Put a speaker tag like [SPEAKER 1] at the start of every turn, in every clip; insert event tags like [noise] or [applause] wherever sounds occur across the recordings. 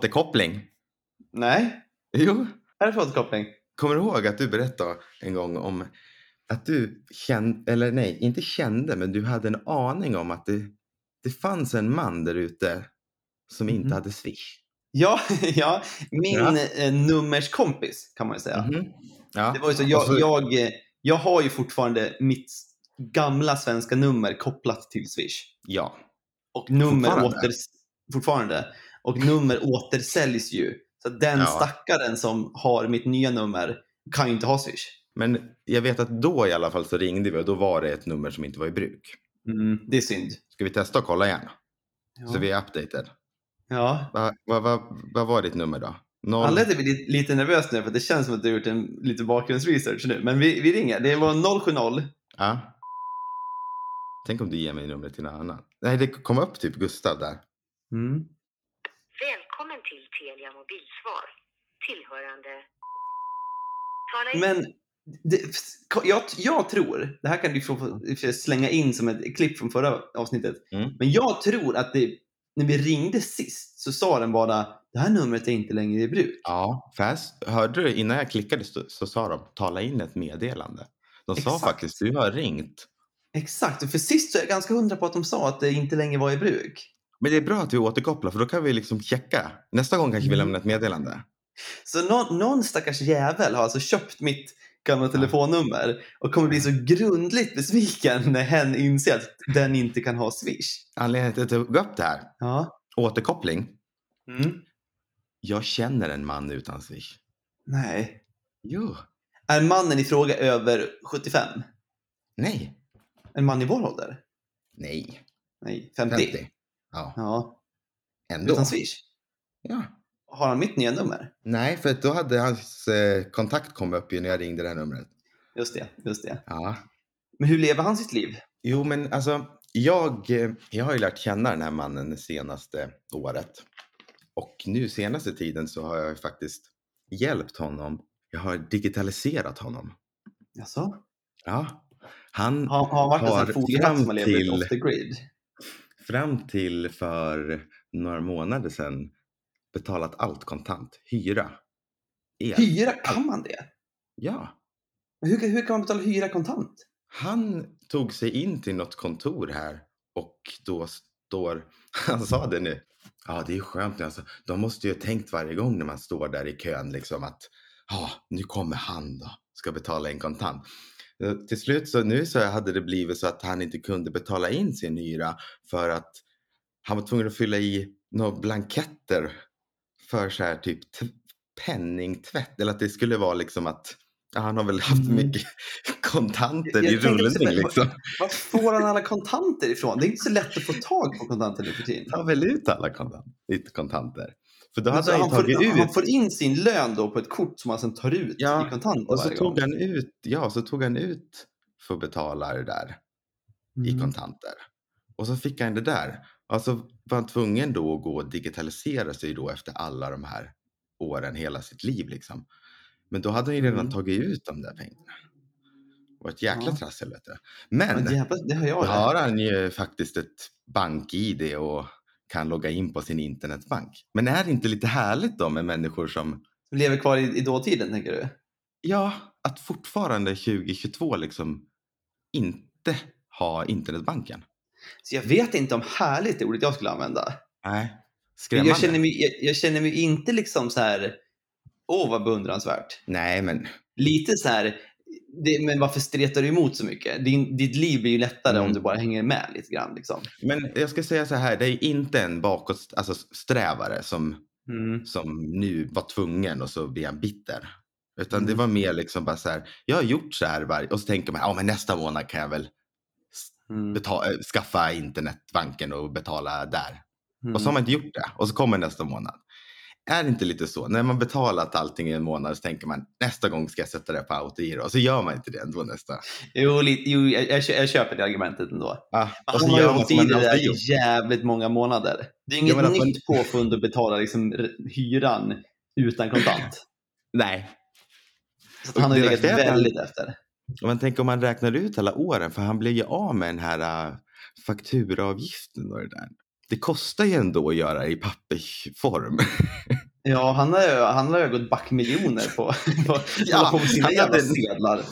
[SPEAKER 1] återkoppling.
[SPEAKER 2] Nej,
[SPEAKER 1] Jo,
[SPEAKER 2] här är för återkoppling.
[SPEAKER 1] kommer du ihåg att du berättade en gång om att du kände, eller nej, inte kände, men du hade en aning om att det, det fanns en man där ute som inte
[SPEAKER 2] Mhm.
[SPEAKER 1] hade Swish.
[SPEAKER 2] Ja, [laughs] ja. min
[SPEAKER 1] Ja.
[SPEAKER 2] eh, nummerskompis kan man ju säga.
[SPEAKER 1] Mhm. Ja.
[SPEAKER 2] Mm-hmm. Det var ju så,
[SPEAKER 1] Och
[SPEAKER 2] jag,
[SPEAKER 1] så-
[SPEAKER 2] jag, eh, jag har ju fortfarande mitt gamla svenska nummer kopplat till Swish.
[SPEAKER 1] ja.
[SPEAKER 2] Och nummer
[SPEAKER 1] Fortfarande?
[SPEAKER 2] åter, fortfarande. Och nummer återsäljs ju. Så att den
[SPEAKER 1] Ja.
[SPEAKER 2] stackaren som har mitt nya nummer kan ju inte ha Swish.
[SPEAKER 1] Men jag vet att då i alla fall så ringde vi och då var det ett nummer som inte var i bruk.
[SPEAKER 2] Mm, det är synd.
[SPEAKER 1] Ska vi testa och kolla igen?
[SPEAKER 2] Ja.
[SPEAKER 1] Så vi är updated.
[SPEAKER 2] ja.
[SPEAKER 1] Vad va, va, vad var ditt nummer då? Noll...
[SPEAKER 2] Anledningen till att jag blir lite- lite nervös nu för att det känns som att du har gjort en lite bakgrundsresearch nu. Men vi, vi ringer. Det var 070.
[SPEAKER 1] Ja. Tänk om du ger mig numret till någon annan. Nej, det kom upp typ Gustav där.
[SPEAKER 2] Mm.
[SPEAKER 3] Välkommen till Telia Mobilsvar. Tillhörande... Tala in...
[SPEAKER 2] Men det, jag, jag tror, det här kan du få i och för sig slänga in som ett klipp från förra avsnittet.
[SPEAKER 1] Mm.
[SPEAKER 2] Men jag tror att det, när vi ringde sist så sa den bara det här numret är inte längre i bruk.
[SPEAKER 1] Ja, fast hörde du innan jag klickade så, så sa de tala in ett meddelande. De
[SPEAKER 2] Exakt.
[SPEAKER 1] sa faktiskt du har ringt.
[SPEAKER 2] Exakt, och för sist så är jag ganska hundra på att de sa att det inte längre var i bruk.
[SPEAKER 1] Men det är bra att vi återkopplar för då kan vi liksom checka. Nästa gång kanske vi
[SPEAKER 2] Mm.
[SPEAKER 1] lämnar ett meddelande.
[SPEAKER 2] Så någon, någon stackars jävel har alltså köpt mitt gamla telefonnummer och kommer bli så grundligt besviken när hen inser att den inte kan ha Swish.
[SPEAKER 1] Anledningen till att jag tog upp det här,
[SPEAKER 2] Ja.
[SPEAKER 1] återkoppling.
[SPEAKER 2] Mm.
[SPEAKER 1] Jag känner en man utan swish.
[SPEAKER 2] Nej.
[SPEAKER 1] Jo.
[SPEAKER 2] Är mannen i fråga över 75?
[SPEAKER 1] Nej.
[SPEAKER 2] En man i vår ålder?
[SPEAKER 1] Nej.
[SPEAKER 2] Nej, 50.
[SPEAKER 1] 50. Ja,
[SPEAKER 2] Ja,
[SPEAKER 1] ändå.
[SPEAKER 2] utan Swish.
[SPEAKER 1] Ja.
[SPEAKER 2] Har han mitt nya nummer?
[SPEAKER 1] Nej, för att då hade hans eh, kontakt kommit upp ju när jag ringde det här numret.
[SPEAKER 2] Just det, just det.
[SPEAKER 1] Ja.
[SPEAKER 2] Men hur lever han sitt liv?
[SPEAKER 1] Jo, men alltså, jag, eh, jag har ju lärt känna den här mannen det senaste året. Och nu senaste tiden så har jag ju faktiskt hjälpt honom. Jag har digitaliserat honom.
[SPEAKER 2] Jaså?
[SPEAKER 1] Ja. Han,
[SPEAKER 2] Har, har han varit en sån
[SPEAKER 1] Har
[SPEAKER 2] här foliehatt som
[SPEAKER 1] fram
[SPEAKER 2] har levt
[SPEAKER 1] till-
[SPEAKER 2] ett off the grid?
[SPEAKER 1] fram till för några månader sedan betalat allt kontant. Hyra. El.
[SPEAKER 2] Hyra, kan man det?
[SPEAKER 1] ja.
[SPEAKER 2] Men Hur, hur kan man betala hyra kontant?
[SPEAKER 1] Han tog sig in till något kontor här och då står, [laughs] han sa det nu, ja det är skönt nu alltså, de måste ju ha tänkt varje gång när man står där i kön liksom att, ja nu kommer han då, ska betala en kontant. Eh, Till slut så nu så hade det blivit så att han inte kunde betala in sin hyra för att han var tvungen att fylla i några blanketter för så här typ t- penningtvätt eller att det skulle vara liksom att ja, han har väl haft
[SPEAKER 2] Mm.
[SPEAKER 1] mycket kontanter
[SPEAKER 2] Jag- jag
[SPEAKER 1] i
[SPEAKER 2] tänkte
[SPEAKER 1] rullning
[SPEAKER 2] också på det.
[SPEAKER 1] liksom.
[SPEAKER 2] Var får han alla kontanter ifrån? Det är inte så lätt att få tag på kontanter nu för tiden.
[SPEAKER 1] Ta väl ut alla kontanter. Ditt kontanter. För då
[SPEAKER 2] Men
[SPEAKER 1] hade
[SPEAKER 2] så
[SPEAKER 1] han ju
[SPEAKER 2] han,
[SPEAKER 1] tagit
[SPEAKER 2] får, han
[SPEAKER 1] ut.
[SPEAKER 2] får in sin lön då på ett kort som han sen tar ut
[SPEAKER 1] Ja,
[SPEAKER 2] i kontanter
[SPEAKER 1] Och så
[SPEAKER 2] varje gång.
[SPEAKER 1] tog han ut, ja, så tog han ut för att betala det där i
[SPEAKER 2] Mm.
[SPEAKER 1] kontanter. Och så fick han det där. Alltså var han tvungen då att gå och digitalisera sig då efter alla de här åren, hela sitt liv liksom. Men då hade han ju redan
[SPEAKER 2] Mm.
[SPEAKER 1] tagit ut de där pengarna. Det var ett jäkla
[SPEAKER 2] Ja.
[SPEAKER 1] trassel vet du.
[SPEAKER 2] Men
[SPEAKER 1] Men
[SPEAKER 2] jävlar, det har jag
[SPEAKER 1] då
[SPEAKER 2] det.
[SPEAKER 1] har han ju faktiskt ett bank-id och kan logga in på sin internetbank. Men är det inte lite härligt då med människor som,
[SPEAKER 2] Som lever kvar i, i dåtiden, tänker du?
[SPEAKER 1] ja, att fortfarande 2022 liksom inte ha internetbanken?
[SPEAKER 2] Så jag vet inte om härligt är ordet jag skulle använda.
[SPEAKER 1] Nej. Skrämmande.
[SPEAKER 2] Jag känner, mig, jag, jag känner mig inte liksom så här, åh vad beundransvärt.
[SPEAKER 1] Nej, men
[SPEAKER 2] Lite så här, det, men varför stretar du emot så mycket? Din, ditt liv blir ju lättare
[SPEAKER 1] Mm.
[SPEAKER 2] om du bara hänger med lite grann. Liksom.
[SPEAKER 1] Men jag ska säga så här, det är inte en bakåt, alltså strävare som,
[SPEAKER 2] Mm.
[SPEAKER 1] som nu var tvungen och så blir han bitter. Utan det
[SPEAKER 2] Mm.
[SPEAKER 1] var mer liksom bara så här, jag har gjort så här varje, och så tänker man, ja men nästa månad kan jag väl
[SPEAKER 2] Mm.
[SPEAKER 1] beta- äh, skaffa internetbanken och betala där.
[SPEAKER 2] Mm.
[SPEAKER 1] Och så har man inte gjort det och så kommer nästa månad. Är det inte lite så, när man betalat allting i en månad så tänker man nästa gång ska jag sätta det på autogiro och så gör man inte det ändå nästa.
[SPEAKER 2] Jo, lite, jo jag, jag, kö- jag köper det argumentet ändå.
[SPEAKER 1] Ah,
[SPEAKER 2] Han
[SPEAKER 1] och så
[SPEAKER 2] har ju
[SPEAKER 1] gör man
[SPEAKER 2] hållit
[SPEAKER 1] som
[SPEAKER 2] i
[SPEAKER 1] en
[SPEAKER 2] det där
[SPEAKER 1] autogiro.
[SPEAKER 2] i jävligt många månader. Det är inget
[SPEAKER 1] menar, på en-
[SPEAKER 2] nytt påfund att betala liksom, r- hyran utan kontant.
[SPEAKER 1] [laughs] Nej,
[SPEAKER 2] Så att han har ju
[SPEAKER 1] Det
[SPEAKER 2] legat
[SPEAKER 1] verkar-
[SPEAKER 2] väldigt efter.
[SPEAKER 1] Och man tänker om man räknar ut alla åren, för han blev ju av med den här äh, fakturaavgiften och det där. det kostar ju ändå att göra i pappersform. [laughs]
[SPEAKER 2] Ja, han har ju, han har ju gått back
[SPEAKER 1] [laughs]
[SPEAKER 2] miljoner på, på,
[SPEAKER 1] Ja,
[SPEAKER 2] på sina
[SPEAKER 1] han hade
[SPEAKER 2] jävla
[SPEAKER 1] en-
[SPEAKER 2] sedlar.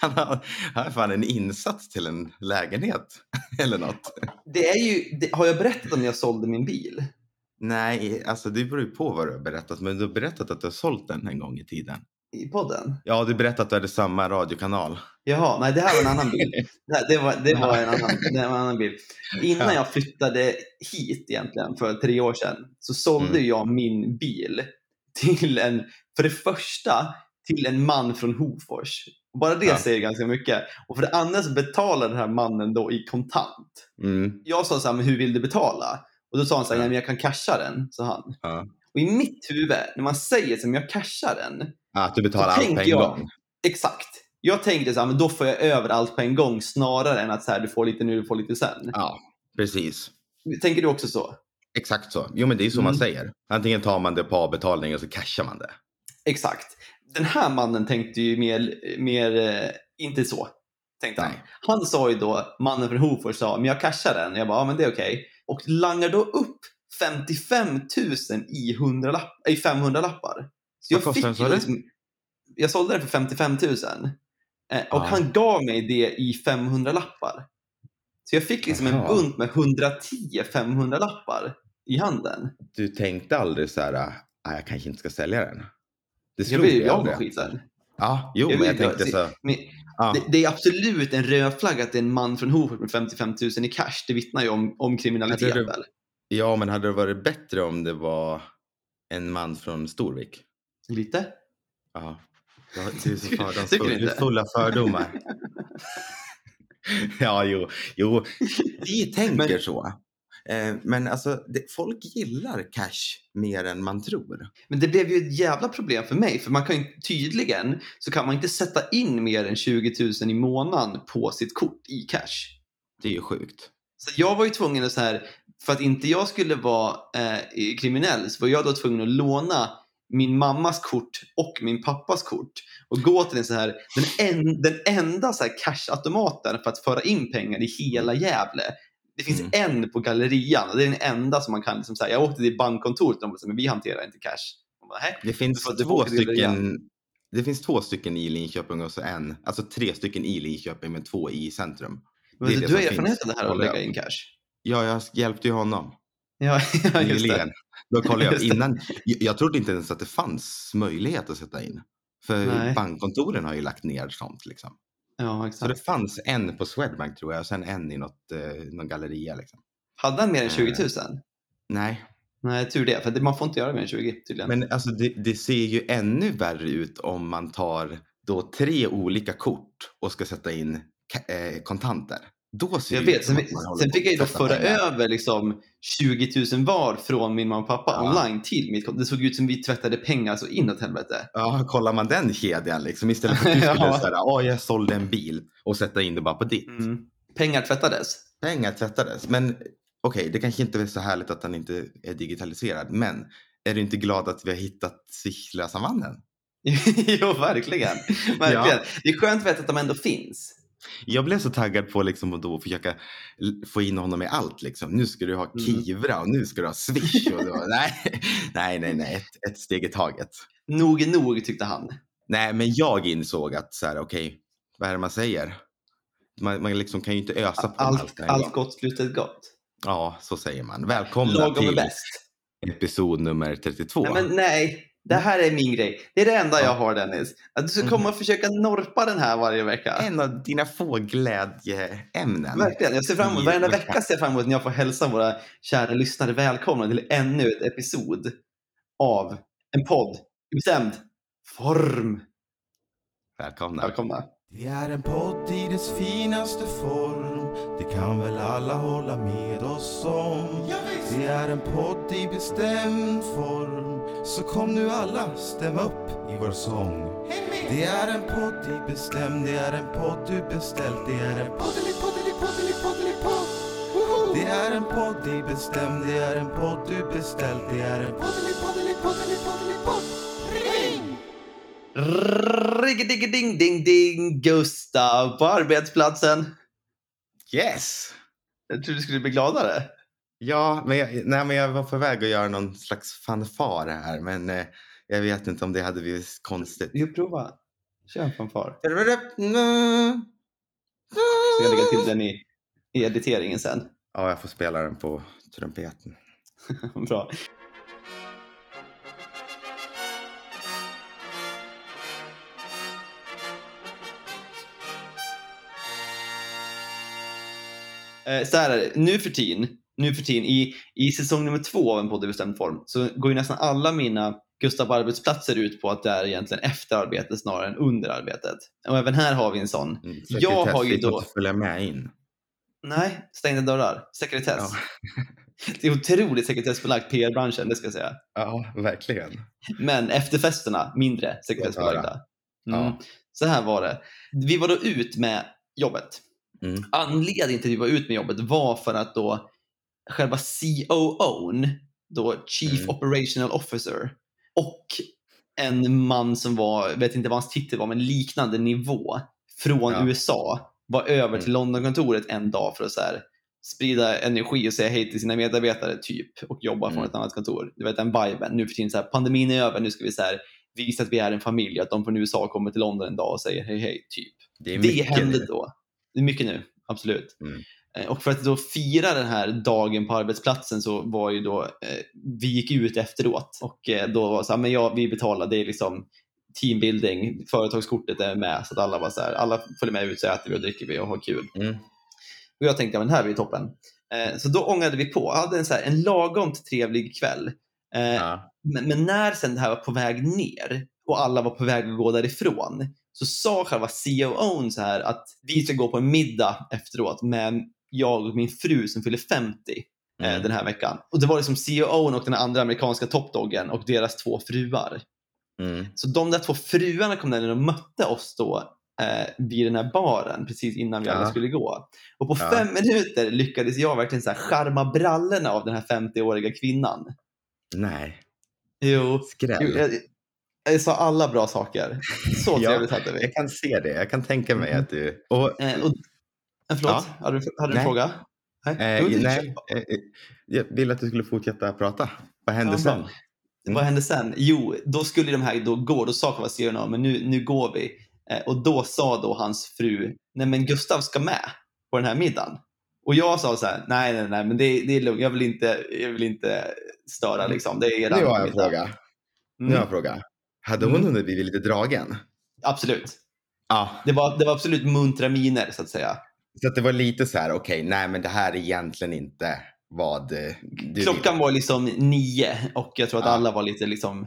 [SPEAKER 1] Han har, han har fan en insats till en lägenhet [laughs] eller något.
[SPEAKER 2] Det är ju, det, har jag berättat om när jag sålde min bil?
[SPEAKER 1] Nej, alltså det beror ju på vad du har berättat. Men du har berättat att du har sålt den en gång i tiden.
[SPEAKER 2] I podden?
[SPEAKER 1] Ja, du berättade att du hade samma
[SPEAKER 2] [laughs]
[SPEAKER 1] radiokanal.
[SPEAKER 2] Jaha, nej det här var en annan bil. Det, här, det, var, det, var, en annan, det var en annan bil. Innan
[SPEAKER 1] Ja.
[SPEAKER 2] jag flyttade hit egentligen för tre år sedan så sålde
[SPEAKER 1] Mm.
[SPEAKER 2] jag min bil till en, för det första, till en man från Hofors. Bara det
[SPEAKER 1] Ja.
[SPEAKER 2] säger ganska mycket. Och för det andra så betalar den här mannen då i kontant.
[SPEAKER 1] Mm.
[SPEAKER 2] jag sa så här, men hur vill du betala? Och då sa han så här,
[SPEAKER 1] Ja.
[SPEAKER 2] nej men jag kan casha den, sa han.
[SPEAKER 1] Ja.
[SPEAKER 2] Och i mitt huvud, när man säger så här, men jag cashar den,
[SPEAKER 1] Att du betalar
[SPEAKER 2] Så
[SPEAKER 1] allt på
[SPEAKER 2] tänker
[SPEAKER 1] en
[SPEAKER 2] jag-
[SPEAKER 1] gång.
[SPEAKER 2] exakt. Jag tänkte så här, men då får jag över allt på en gång snarare än att så här, du får lite nu, du får lite sen.
[SPEAKER 1] Ja, precis.
[SPEAKER 2] Tänker du också så?
[SPEAKER 1] Exakt så. Jo, men det är så man
[SPEAKER 2] Mm.
[SPEAKER 1] säger. Antingen tar man det på avbetalning och så cashar man det.
[SPEAKER 2] Exakt. Den här mannen tänkte ju mer, mer eh, inte så. Tänkte han.
[SPEAKER 1] Nej.
[SPEAKER 2] han sa ju då, mannen från Hofors sa, men jag cashar den. Jag bara, ja men det är okej. Och langar då upp 55 000 i, 100 lapp, i 500 lappar. Så
[SPEAKER 1] Vad kostar den, sa
[SPEAKER 2] ju
[SPEAKER 1] du?
[SPEAKER 2] liksom- jag sålde den för 55 000. Eh, och
[SPEAKER 1] Ja.
[SPEAKER 2] han gav mig det i 500 lappar. Så jag fick liksom en
[SPEAKER 1] Jaha.
[SPEAKER 2] bunt med 110 500 lappar i handen.
[SPEAKER 1] Du tänkte aldrig så här, ah, jag kanske inte ska sälja den. Det
[SPEAKER 2] Jag
[SPEAKER 1] slog
[SPEAKER 2] blev ju
[SPEAKER 1] dig
[SPEAKER 2] glad och
[SPEAKER 1] aldrig.
[SPEAKER 2] skit sen.
[SPEAKER 1] Ja, jo,
[SPEAKER 2] Jag
[SPEAKER 1] men jag
[SPEAKER 2] blev ju
[SPEAKER 1] tänkte så.
[SPEAKER 2] glad. Men
[SPEAKER 1] Ja,
[SPEAKER 2] Det, det är absolut en röd flagg att det är en man från Hofors med 55 000 i cash. Det vittnar ju om, om kriminalitet.
[SPEAKER 1] Jag tror det-
[SPEAKER 2] väl?
[SPEAKER 1] ja, men hade det varit bättre om det var en man från Storvik?
[SPEAKER 2] Lite?
[SPEAKER 1] Ja. Du har- Du är så
[SPEAKER 2] Tycker-
[SPEAKER 1] fördomsfull.
[SPEAKER 2] tycker du
[SPEAKER 1] Du är
[SPEAKER 2] inte?
[SPEAKER 1] full av [laughs] fördomar. ja, jo. jo. Vi tänker
[SPEAKER 2] Men-
[SPEAKER 1] så. Eh, Men alltså, det, folk gillar cash mer än man tror.
[SPEAKER 2] Men det blev ju ett jävla problem för mig. För man kan ju tydligen så kan man inte sätta in mer än 20 000 i månaden på sitt kort i cash.
[SPEAKER 1] Det är ju sjukt.
[SPEAKER 2] Så jag var ju tvungen att så här, för att inte jag skulle vara eh, kriminell så var jag då tvungen att låna min mammas kort och min pappas kort och gå till den, så här, den, en, den enda så här cashautomaten för att föra in pengar i hela Gävle. Det finns
[SPEAKER 1] Mm.
[SPEAKER 2] en på gallerian och det är den enda som man kan liksom säga. Jag åkte till bankkontoret och de sa men vi hanterar inte cash. Jag bara, "Nähä."
[SPEAKER 1] Det finns
[SPEAKER 2] får- du får
[SPEAKER 1] två
[SPEAKER 2] åka till
[SPEAKER 1] stycken. Det finns två stycken i Linköping och så en, alltså tre stycken i Linköping men två i centrum.
[SPEAKER 2] Men
[SPEAKER 1] Det är det
[SPEAKER 2] du har
[SPEAKER 1] som
[SPEAKER 2] erfarenhet
[SPEAKER 1] finns.
[SPEAKER 2] av det här att
[SPEAKER 1] Håller jag
[SPEAKER 2] lägga in
[SPEAKER 1] med.
[SPEAKER 2] cash?
[SPEAKER 1] Ja, jag hjälpte ju honom
[SPEAKER 2] Ja, [laughs] ja just det.
[SPEAKER 1] nyligen. Då kollade jag
[SPEAKER 2] [laughs] Just
[SPEAKER 1] upp.
[SPEAKER 2] det.
[SPEAKER 1] innan. Jag jag trodde inte ens att det fanns möjlighet att sätta in. För
[SPEAKER 2] Nej.
[SPEAKER 1] bankkontoren har ju lagt ner sånt liksom.
[SPEAKER 2] Ja,
[SPEAKER 1] Så
[SPEAKER 2] exakt.
[SPEAKER 1] det fanns en på Swedbank tror jag och sen en i något, eh, någon galleria liksom.
[SPEAKER 2] Hade han mer än 20 000?
[SPEAKER 1] Nej,
[SPEAKER 2] Nej, tur det. För det- man får inte göra mer än 20 tydligen.
[SPEAKER 1] men alltså det, det ser ju ännu värre ut om man tar då tre olika kort och ska sätta in ka- eh, kontanter. Då ser
[SPEAKER 2] Jag
[SPEAKER 1] det
[SPEAKER 2] vet,
[SPEAKER 1] ut som
[SPEAKER 2] sen,
[SPEAKER 1] att man håller
[SPEAKER 2] sen
[SPEAKER 1] på
[SPEAKER 2] fick jag ju då
[SPEAKER 1] att tvätta
[SPEAKER 2] föra
[SPEAKER 1] pengar.
[SPEAKER 2] över liksom 20 000 var från min mamma och pappa
[SPEAKER 1] Ja.
[SPEAKER 2] online till mitt konto. Det såg ut som vi tvättade pengar så inåt helvete.
[SPEAKER 1] Ja, kollar man den kedjan liksom istället för att du
[SPEAKER 2] [laughs] Ja.
[SPEAKER 1] skulle säga ja, jag sålde en bil och sätta in det bara på ditt.
[SPEAKER 2] Mm. Pengar tvättades. [laughs]
[SPEAKER 1] Pengar tvättades. Men okej, det kanske inte är så härligt att den inte är digitaliserad, men är du inte glad att vi har hittat Sichla-savannen?
[SPEAKER 2] jo, verkligen. verkligen.
[SPEAKER 1] Ja.
[SPEAKER 2] Det är skönt att veta att de ändå finns.
[SPEAKER 1] Jag blev så taggad på liksom att då försöka l- få in honom i allt. Liksom. Nu ska du
[SPEAKER 2] Mm.
[SPEAKER 1] ha Kivra och nu ska du ha Swish. Och
[SPEAKER 2] [laughs]
[SPEAKER 1] då, nej, nej, nej, nej. Ett, ett steg i taget.
[SPEAKER 2] Nog är nog, tyckte han.
[SPEAKER 1] Nej, men jag insåg att så här, okej, vad är det man säger? Man, man liksom kan ju inte ösa på
[SPEAKER 2] Allt,
[SPEAKER 1] på en
[SPEAKER 2] allt
[SPEAKER 1] gång.
[SPEAKER 2] gott slutar gott.
[SPEAKER 1] Ja, så säger man. Välkomna
[SPEAKER 2] Lagom är
[SPEAKER 1] till
[SPEAKER 2] bäst.
[SPEAKER 1] episod nummer 32.
[SPEAKER 2] Nej, men nej, det här är min grej. Det är det enda
[SPEAKER 1] Ja.
[SPEAKER 2] jag har, Dennis. Att du ska komma och försöka norpa den här varje vecka.
[SPEAKER 1] En av dina få glädjeämnen.
[SPEAKER 2] Verkligen. Jag ser fram emot,
[SPEAKER 1] i
[SPEAKER 2] varenda
[SPEAKER 1] veckan.
[SPEAKER 2] vecka ser jag fram emot när jag får hälsa våra kära lyssnare välkomna till ännu ett episod av en podd i bestämd form.
[SPEAKER 1] Välkomna.
[SPEAKER 2] Välkomna.
[SPEAKER 4] Det är en podd i dess finaste form Det kan väl alla hålla med oss om Det är en podd i bestämd form Så kom nu alla, stäm upp i vår sång Det är en podd i bestämd Det är en podd du beställt Det är en poddelipoddelipoddelipoddelipodd Det är en podd i bestämd Det är en podd du beställt Det är en poddelipoddelipoddelipoddelipodd Ring!
[SPEAKER 2] ding ding ding ding Gustav på arbetsplatsen.
[SPEAKER 1] Yes!
[SPEAKER 2] Jag trodde du skulle bli gladare.
[SPEAKER 1] Ja, men jag, nej, men jag var på väg att göra någon slags fanfar här, men eh, jag vet inte om det hade blivit konstigt.
[SPEAKER 2] Jo, prova. Kör en fanfar.
[SPEAKER 1] Ska
[SPEAKER 2] Ska jag
[SPEAKER 1] jag
[SPEAKER 2] lägga till den i, i editeringen sen.
[SPEAKER 1] Ja, jag får spela den på trumpeten.
[SPEAKER 2] [laughs] Bra. Eh, Så här är det, nu för tiden, nu för tiden i, i säsong nummer två av En podd i bestämd form så går ju nästan alla mina Gustav på arbetsplatser ut på att det är egentligen efter arbetet snarare än under arbetet. Och även här har vi en sån.
[SPEAKER 1] Mm,
[SPEAKER 2] Jag har ju
[SPEAKER 1] sekretess, det
[SPEAKER 2] då-
[SPEAKER 1] får inte följa med in.
[SPEAKER 2] Nej, stängda dörrar, sekretess.
[SPEAKER 1] Ja.
[SPEAKER 2] Det är otroligt sekretessbelagt, PR-branschen, det ska jag säga.
[SPEAKER 1] Ja, verkligen.
[SPEAKER 2] Men efterfesterna, mindre sekretessbelagda. Mm.
[SPEAKER 1] Ja.
[SPEAKER 2] Så här var det. Vi var då ut med jobbet.
[SPEAKER 1] Mm.
[SPEAKER 2] Anledningen till att vi var ut med jobbet var för att då själva COO'n, då Chief
[SPEAKER 1] Mm.
[SPEAKER 2] Operational Officer, och en man som var, vet inte vad hans titel var, men liknande nivå från
[SPEAKER 1] Ja. Mm.
[SPEAKER 2] USA var över till Londonkontoret en dag för att så här, sprida energi och säga hej till sina medarbetare typ och jobba från
[SPEAKER 1] Mm.
[SPEAKER 2] ett annat kontor. Du vet den viben. Nu för tiden så här, pandemin är över, nu ska vi så här, visa att vi är en familj, att de från USA kommer till London en dag och säger hej hej typ.
[SPEAKER 1] Det
[SPEAKER 2] Det,
[SPEAKER 1] är mycket.
[SPEAKER 2] hände
[SPEAKER 1] nu.
[SPEAKER 2] då. Det är mycket nu, absolut.
[SPEAKER 1] Mm.
[SPEAKER 2] Eh, Och för att då fira den här dagen på arbetsplatsen så var ju då, eh, vi gick ut efteråt och eh, då var det så här, men ja, vi betalar, det är liksom teambuilding, företagskortet är med så att alla var så här, alla följer med ut så äter vi och dricker vi och har kul.
[SPEAKER 1] Mm.
[SPEAKER 2] Och jag tänkte, ja, men det här blir toppen. Eh, så då ångade vi på, hade en, så här, en lagom trevlig kväll. Eh,
[SPEAKER 1] Ja.
[SPEAKER 2] men, men när sen det här var på väg ner och alla var på väg att gå därifrån så sa själva COO'n så här att vi ska gå på en middag efteråt med jag och min fru som fyller 50 eh,
[SPEAKER 1] Mm.
[SPEAKER 2] den här veckan. Och det var liksom COO'n och den andra amerikanska toppdoggen och deras två fruar.
[SPEAKER 1] Mm.
[SPEAKER 2] Så de där två fruarna kom där när de mötte oss då eh, vid den här baren precis innan vi
[SPEAKER 1] Ja.
[SPEAKER 2] alla skulle gå. Och på
[SPEAKER 1] Ja.
[SPEAKER 2] fem minuter lyckades jag verkligen så här charma brallorna av den här 50-åriga kvinnan.
[SPEAKER 1] Nej,
[SPEAKER 2] Jo. Gud,
[SPEAKER 1] skräll.
[SPEAKER 2] jag, jag sa alla bra saker. Så
[SPEAKER 1] [laughs] Ja.
[SPEAKER 2] trevligt hade vi.
[SPEAKER 1] Jag kan se det. Jag kan tänka mig
[SPEAKER 2] Mm.
[SPEAKER 1] att du... Och
[SPEAKER 2] Eh, och, eh, förlåt,
[SPEAKER 1] Ja.
[SPEAKER 2] hade du, hade du en
[SPEAKER 1] Nej.
[SPEAKER 2] fråga? Nej.
[SPEAKER 1] Eh,
[SPEAKER 2] Jo, det-
[SPEAKER 1] nej, eh, eh, jag ville att du skulle fortsätta prata. Vad hände
[SPEAKER 2] Ja,
[SPEAKER 1] sen?
[SPEAKER 2] bra. Vad hände sen? Jo, då skulle de här då gå. Då sa Kavasiorna, men nu, nu går vi. Eh, och då sa då hans fru, nej men Gustav ska med på den här middagen. Och jag sa så här, nej nej nej, men det, det är lugnt. Jag vill inte, jag vill inte störa liksom. Det är
[SPEAKER 1] Nu
[SPEAKER 2] eran
[SPEAKER 1] har jag Mm. en
[SPEAKER 2] middag.
[SPEAKER 1] fråga. Nu
[SPEAKER 2] Mm,
[SPEAKER 1] har jag en fråga. Hade hon
[SPEAKER 2] Mm.
[SPEAKER 1] hunnit blivit lite dragen?
[SPEAKER 2] Absolut.
[SPEAKER 1] Ja.
[SPEAKER 2] Det var, det var absolut muntra miner så att säga.
[SPEAKER 1] Så att det var lite så här, okej, nej men det här är egentligen inte vad eh, du
[SPEAKER 2] Klockan var liksom nio och jag tror att
[SPEAKER 1] Ja.
[SPEAKER 2] alla var lite, liksom,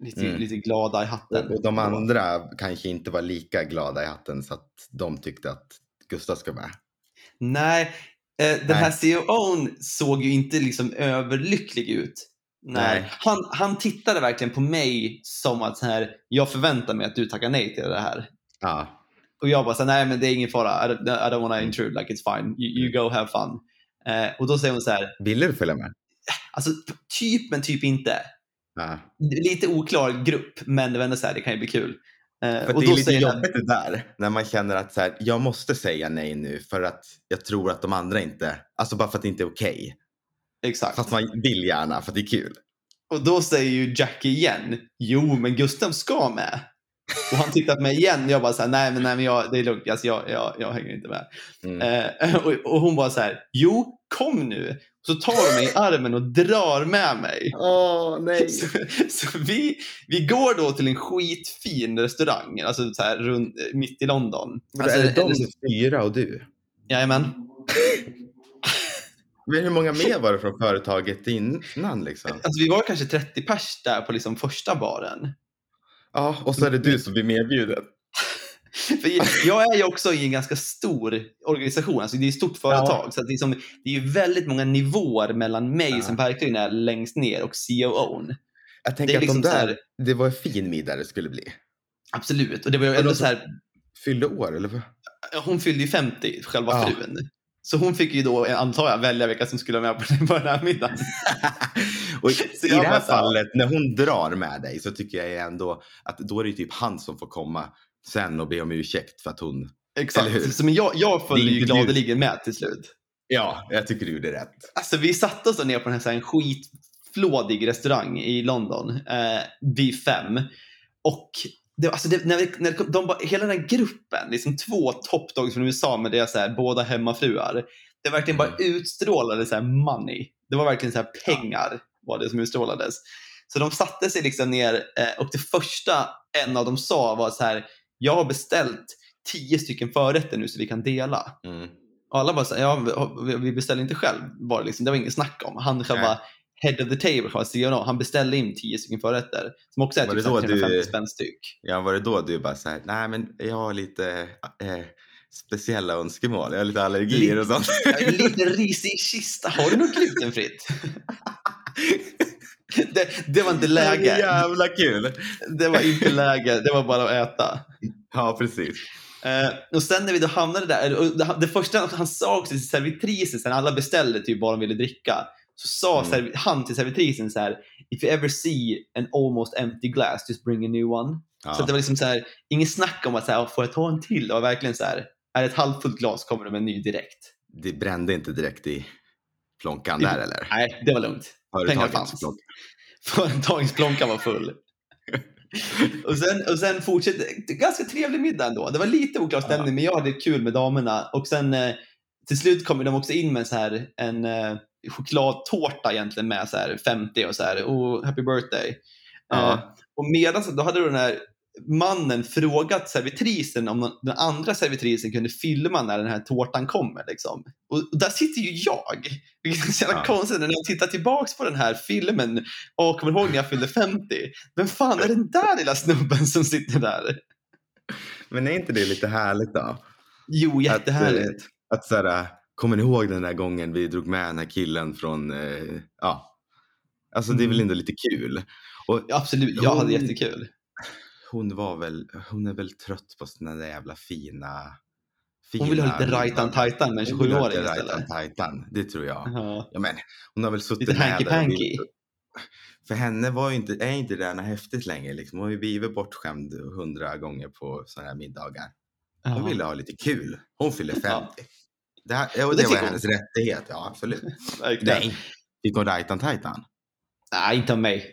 [SPEAKER 2] lite,
[SPEAKER 1] Mm.
[SPEAKER 2] lite glada i hatten.
[SPEAKER 1] vill. Och de andra kanske inte var lika glada i hatten så att de tyckte att Gustav ska med.
[SPEAKER 2] Nej, eh, den
[SPEAKER 1] Nej.
[SPEAKER 2] här CEOn såg ju inte liksom överlycklig ut. Nej.
[SPEAKER 1] Nej.
[SPEAKER 2] Han, han tittade verkligen på mig som att så här, jag förväntar mig att du tackar nej till det här.
[SPEAKER 1] Ja.
[SPEAKER 2] Och jag bara så här, nej men det är ingen fara. I don't, I don't
[SPEAKER 1] Mm.
[SPEAKER 2] wanna intrude, like it's fine. You, you go have fun. Eh, och då säger hon så här,
[SPEAKER 1] Ville du följa med?
[SPEAKER 2] alltså typ men typ inte.
[SPEAKER 1] Ja.
[SPEAKER 2] Lite oklar grupp, men det var ändå så här, det kan ju bli kul. Eh,
[SPEAKER 1] För det är lite
[SPEAKER 2] säger han-
[SPEAKER 1] jobbigt det där. När man känner att så här, jag måste säga nej nu för att jag tror att de andra inte, alltså bara för att det inte är okej.
[SPEAKER 2] Exakt.
[SPEAKER 1] Fast man vill gärna för att det är kul.
[SPEAKER 2] Och då säger ju Jack igen, jo men Gustav ska med. Och han tittar på mig igen och jag bara så här, nej men, nej, men jag, det är lugnt, alltså, jag, jag, jag hänger inte med.
[SPEAKER 1] Mm.
[SPEAKER 2] Eh, och, och hon bara så här, jo kom nu. Så tar hon mig i armen och drar med mig.
[SPEAKER 1] Åh nej.
[SPEAKER 2] Så, så vi, vi går då till en skitfin restaurang, alltså så här, runt, mitt i London. Alltså,
[SPEAKER 1] är det de
[SPEAKER 2] eller-
[SPEAKER 1] fyra och du?
[SPEAKER 2] Jajamän.
[SPEAKER 1] Men hur många mer var det från företaget innan [laughs] liksom?
[SPEAKER 2] Alltså, vi var kanske 30 pers där på liksom första baren.
[SPEAKER 1] Ja, och så är det du som blir medbjuden.
[SPEAKER 2] För jag är ju också i en ganska stor organisation, alltså det är ett stort företag. Så att det, är som, det är ju väldigt många nivåer mellan mig
[SPEAKER 1] Ja.
[SPEAKER 2] som verkligen är längst ner och COO'n.
[SPEAKER 1] Jag
[SPEAKER 2] Det
[SPEAKER 1] tänker
[SPEAKER 2] är
[SPEAKER 1] att
[SPEAKER 2] liksom
[SPEAKER 1] de
[SPEAKER 2] så
[SPEAKER 1] där,
[SPEAKER 2] här,
[SPEAKER 1] det var en fin middag det skulle bli.
[SPEAKER 2] absolut. Och det var ju
[SPEAKER 1] Och
[SPEAKER 2] ändå
[SPEAKER 1] de
[SPEAKER 2] så här,
[SPEAKER 1] Fyllde år eller? vad?
[SPEAKER 2] hon fyllde ju 50, själva
[SPEAKER 1] Ja.
[SPEAKER 2] frun. Så hon fick ju då, antar jag, välja vilka som skulle vara med på den- på den här middagen.
[SPEAKER 1] [laughs] och [laughs] i
[SPEAKER 2] Så
[SPEAKER 1] i
[SPEAKER 2] jag
[SPEAKER 1] det här
[SPEAKER 2] bara så här-
[SPEAKER 1] fallet, när hon drar med dig så tycker jag ändå att då är det typ han som får komma sen och be om ursäkt för att hon... Eller hur?
[SPEAKER 2] Exakt. Så, men jag, jag följde
[SPEAKER 1] Det är
[SPEAKER 2] ju
[SPEAKER 1] inte du.
[SPEAKER 2] gladeligen med till slut.
[SPEAKER 1] Ja, jag tycker du gjorde rätt.
[SPEAKER 2] Alltså vi satte oss då ner på den här, så här en skitflådig restaurang i London, eh, vi fem. Och det, alltså det, när, vi, när det kom, de, bara- hela den här gruppen, liksom två toppdogs från USA med deras så här, båda hemmafruar. Det verkligen bara utstrålade så här money. Det var verkligen så här pengar var det som utstrålades. Så de satte sig liksom ner eh, och det första en av dem sa var så här, jag har beställt tio stycken förrätter nu så vi kan dela.
[SPEAKER 1] Mm.
[SPEAKER 2] Och alla bara så här, ja, vi- vi beställer inte själv. Bara liksom, det var inget snack om. Han själva head of the table, själva CNO, han beställde in 10 stycken förrätter. Som också är
[SPEAKER 1] Var
[SPEAKER 2] typ
[SPEAKER 1] det
[SPEAKER 2] så här
[SPEAKER 1] då du-
[SPEAKER 2] 350 spänn styck.
[SPEAKER 1] Ja, var det då du bara så här, nej men jag har lite eh, speciella önskemål, jag har lite allergier och
[SPEAKER 2] [laughs]
[SPEAKER 1] sånt.
[SPEAKER 2] Jag är Lite risig kista, har du
[SPEAKER 1] [laughs]
[SPEAKER 2] något glutenfritt? det, det var inte läge.
[SPEAKER 1] Jävla kul!
[SPEAKER 2] Det var inte läge, det var bara att äta.
[SPEAKER 1] Ja, precis.
[SPEAKER 2] Eh, och sen när vi då hamnade där, och det, det första han sa också till servitrisen, sen alla beställde typ vad de ville dricka, så sa
[SPEAKER 1] Mm.
[SPEAKER 2] serv- han till servitrisen så här, if you ever see an almost empty glass, just bring a new one.
[SPEAKER 1] Ja.
[SPEAKER 2] Så att det var liksom så här, ingen snack om att så här, får jag ta en till? Det var verkligen så här, är det ett halvfullt glas kommer det med en ny direkt.
[SPEAKER 1] det brände inte direkt i plånkan
[SPEAKER 2] I-
[SPEAKER 1] där eller?
[SPEAKER 2] Nej, det var lugnt. pengar
[SPEAKER 1] Företagets
[SPEAKER 2] fanns.
[SPEAKER 1] plånkan.
[SPEAKER 2] [laughs] Företagsplånkan
[SPEAKER 1] [laughs]
[SPEAKER 2] var full. och, sen, och sen fortsatte, det var ganska trevlig middag ändå. Det var lite oklar stämning, men jag hade kul med damerna. Och sen eh, till slut kom ju de också in med så här, en eh, chokladtårta egentligen med så här 50 och så här, oh, happy birthday.
[SPEAKER 1] Ja.
[SPEAKER 2] Eh, och medan så- då hade då den här mannen frågat servitrisen om någon- den andra servitrisen kunde filma när den här tårtan kommer. Liksom. Och, och där sitter ju jag. Vilket är så jävla
[SPEAKER 1] Ja.
[SPEAKER 2] konstigt när jag tittar tillbaks på den här filmen och kommer ihåg när jag fyllde 50. Vem fan är den där lilla snubben som sitter där?
[SPEAKER 1] Men är inte det lite härligt då?
[SPEAKER 2] Jo,
[SPEAKER 1] eh,
[SPEAKER 2] jättehärligt.
[SPEAKER 1] Att så här, äh, kommer ni ihåg den där gången vi drog med den här killen från, eh, ja. Alltså det är väl
[SPEAKER 2] Mm.
[SPEAKER 1] ändå lite kul. Och
[SPEAKER 2] Absolut, jag hade
[SPEAKER 1] Hon-
[SPEAKER 2] jättekul.
[SPEAKER 1] hon var väl, hon är väl trött på sina där jävla fina, fina
[SPEAKER 2] Hon ville ha lite rajtan-tajtan med en
[SPEAKER 1] Hon vill ha
[SPEAKER 2] 27-åring
[SPEAKER 1] lite
[SPEAKER 2] istället.
[SPEAKER 1] rajtan-tajtan, det tror jag.
[SPEAKER 2] Ja.
[SPEAKER 1] Ja, men, hon har väl suttit
[SPEAKER 2] Lite
[SPEAKER 1] med där och vill-
[SPEAKER 2] hanky-panky.
[SPEAKER 1] För henne var ju inte, är inte det här häftigt längre. Liksom. Hon har ju blivit bortskämd hundra gånger på sådana här middagar. Hon
[SPEAKER 2] Ja.
[SPEAKER 1] ville ha lite kul. Hon fyller 50.
[SPEAKER 2] Ja.
[SPEAKER 1] Det, här, ja, och
[SPEAKER 2] Det
[SPEAKER 1] det, var
[SPEAKER 2] tycker
[SPEAKER 1] hennes rättighet, ja absolut.
[SPEAKER 2] [laughs] Verkligen.
[SPEAKER 1] Nej, fick hon rajtan-tajtan?
[SPEAKER 2] Nej, inte av mig.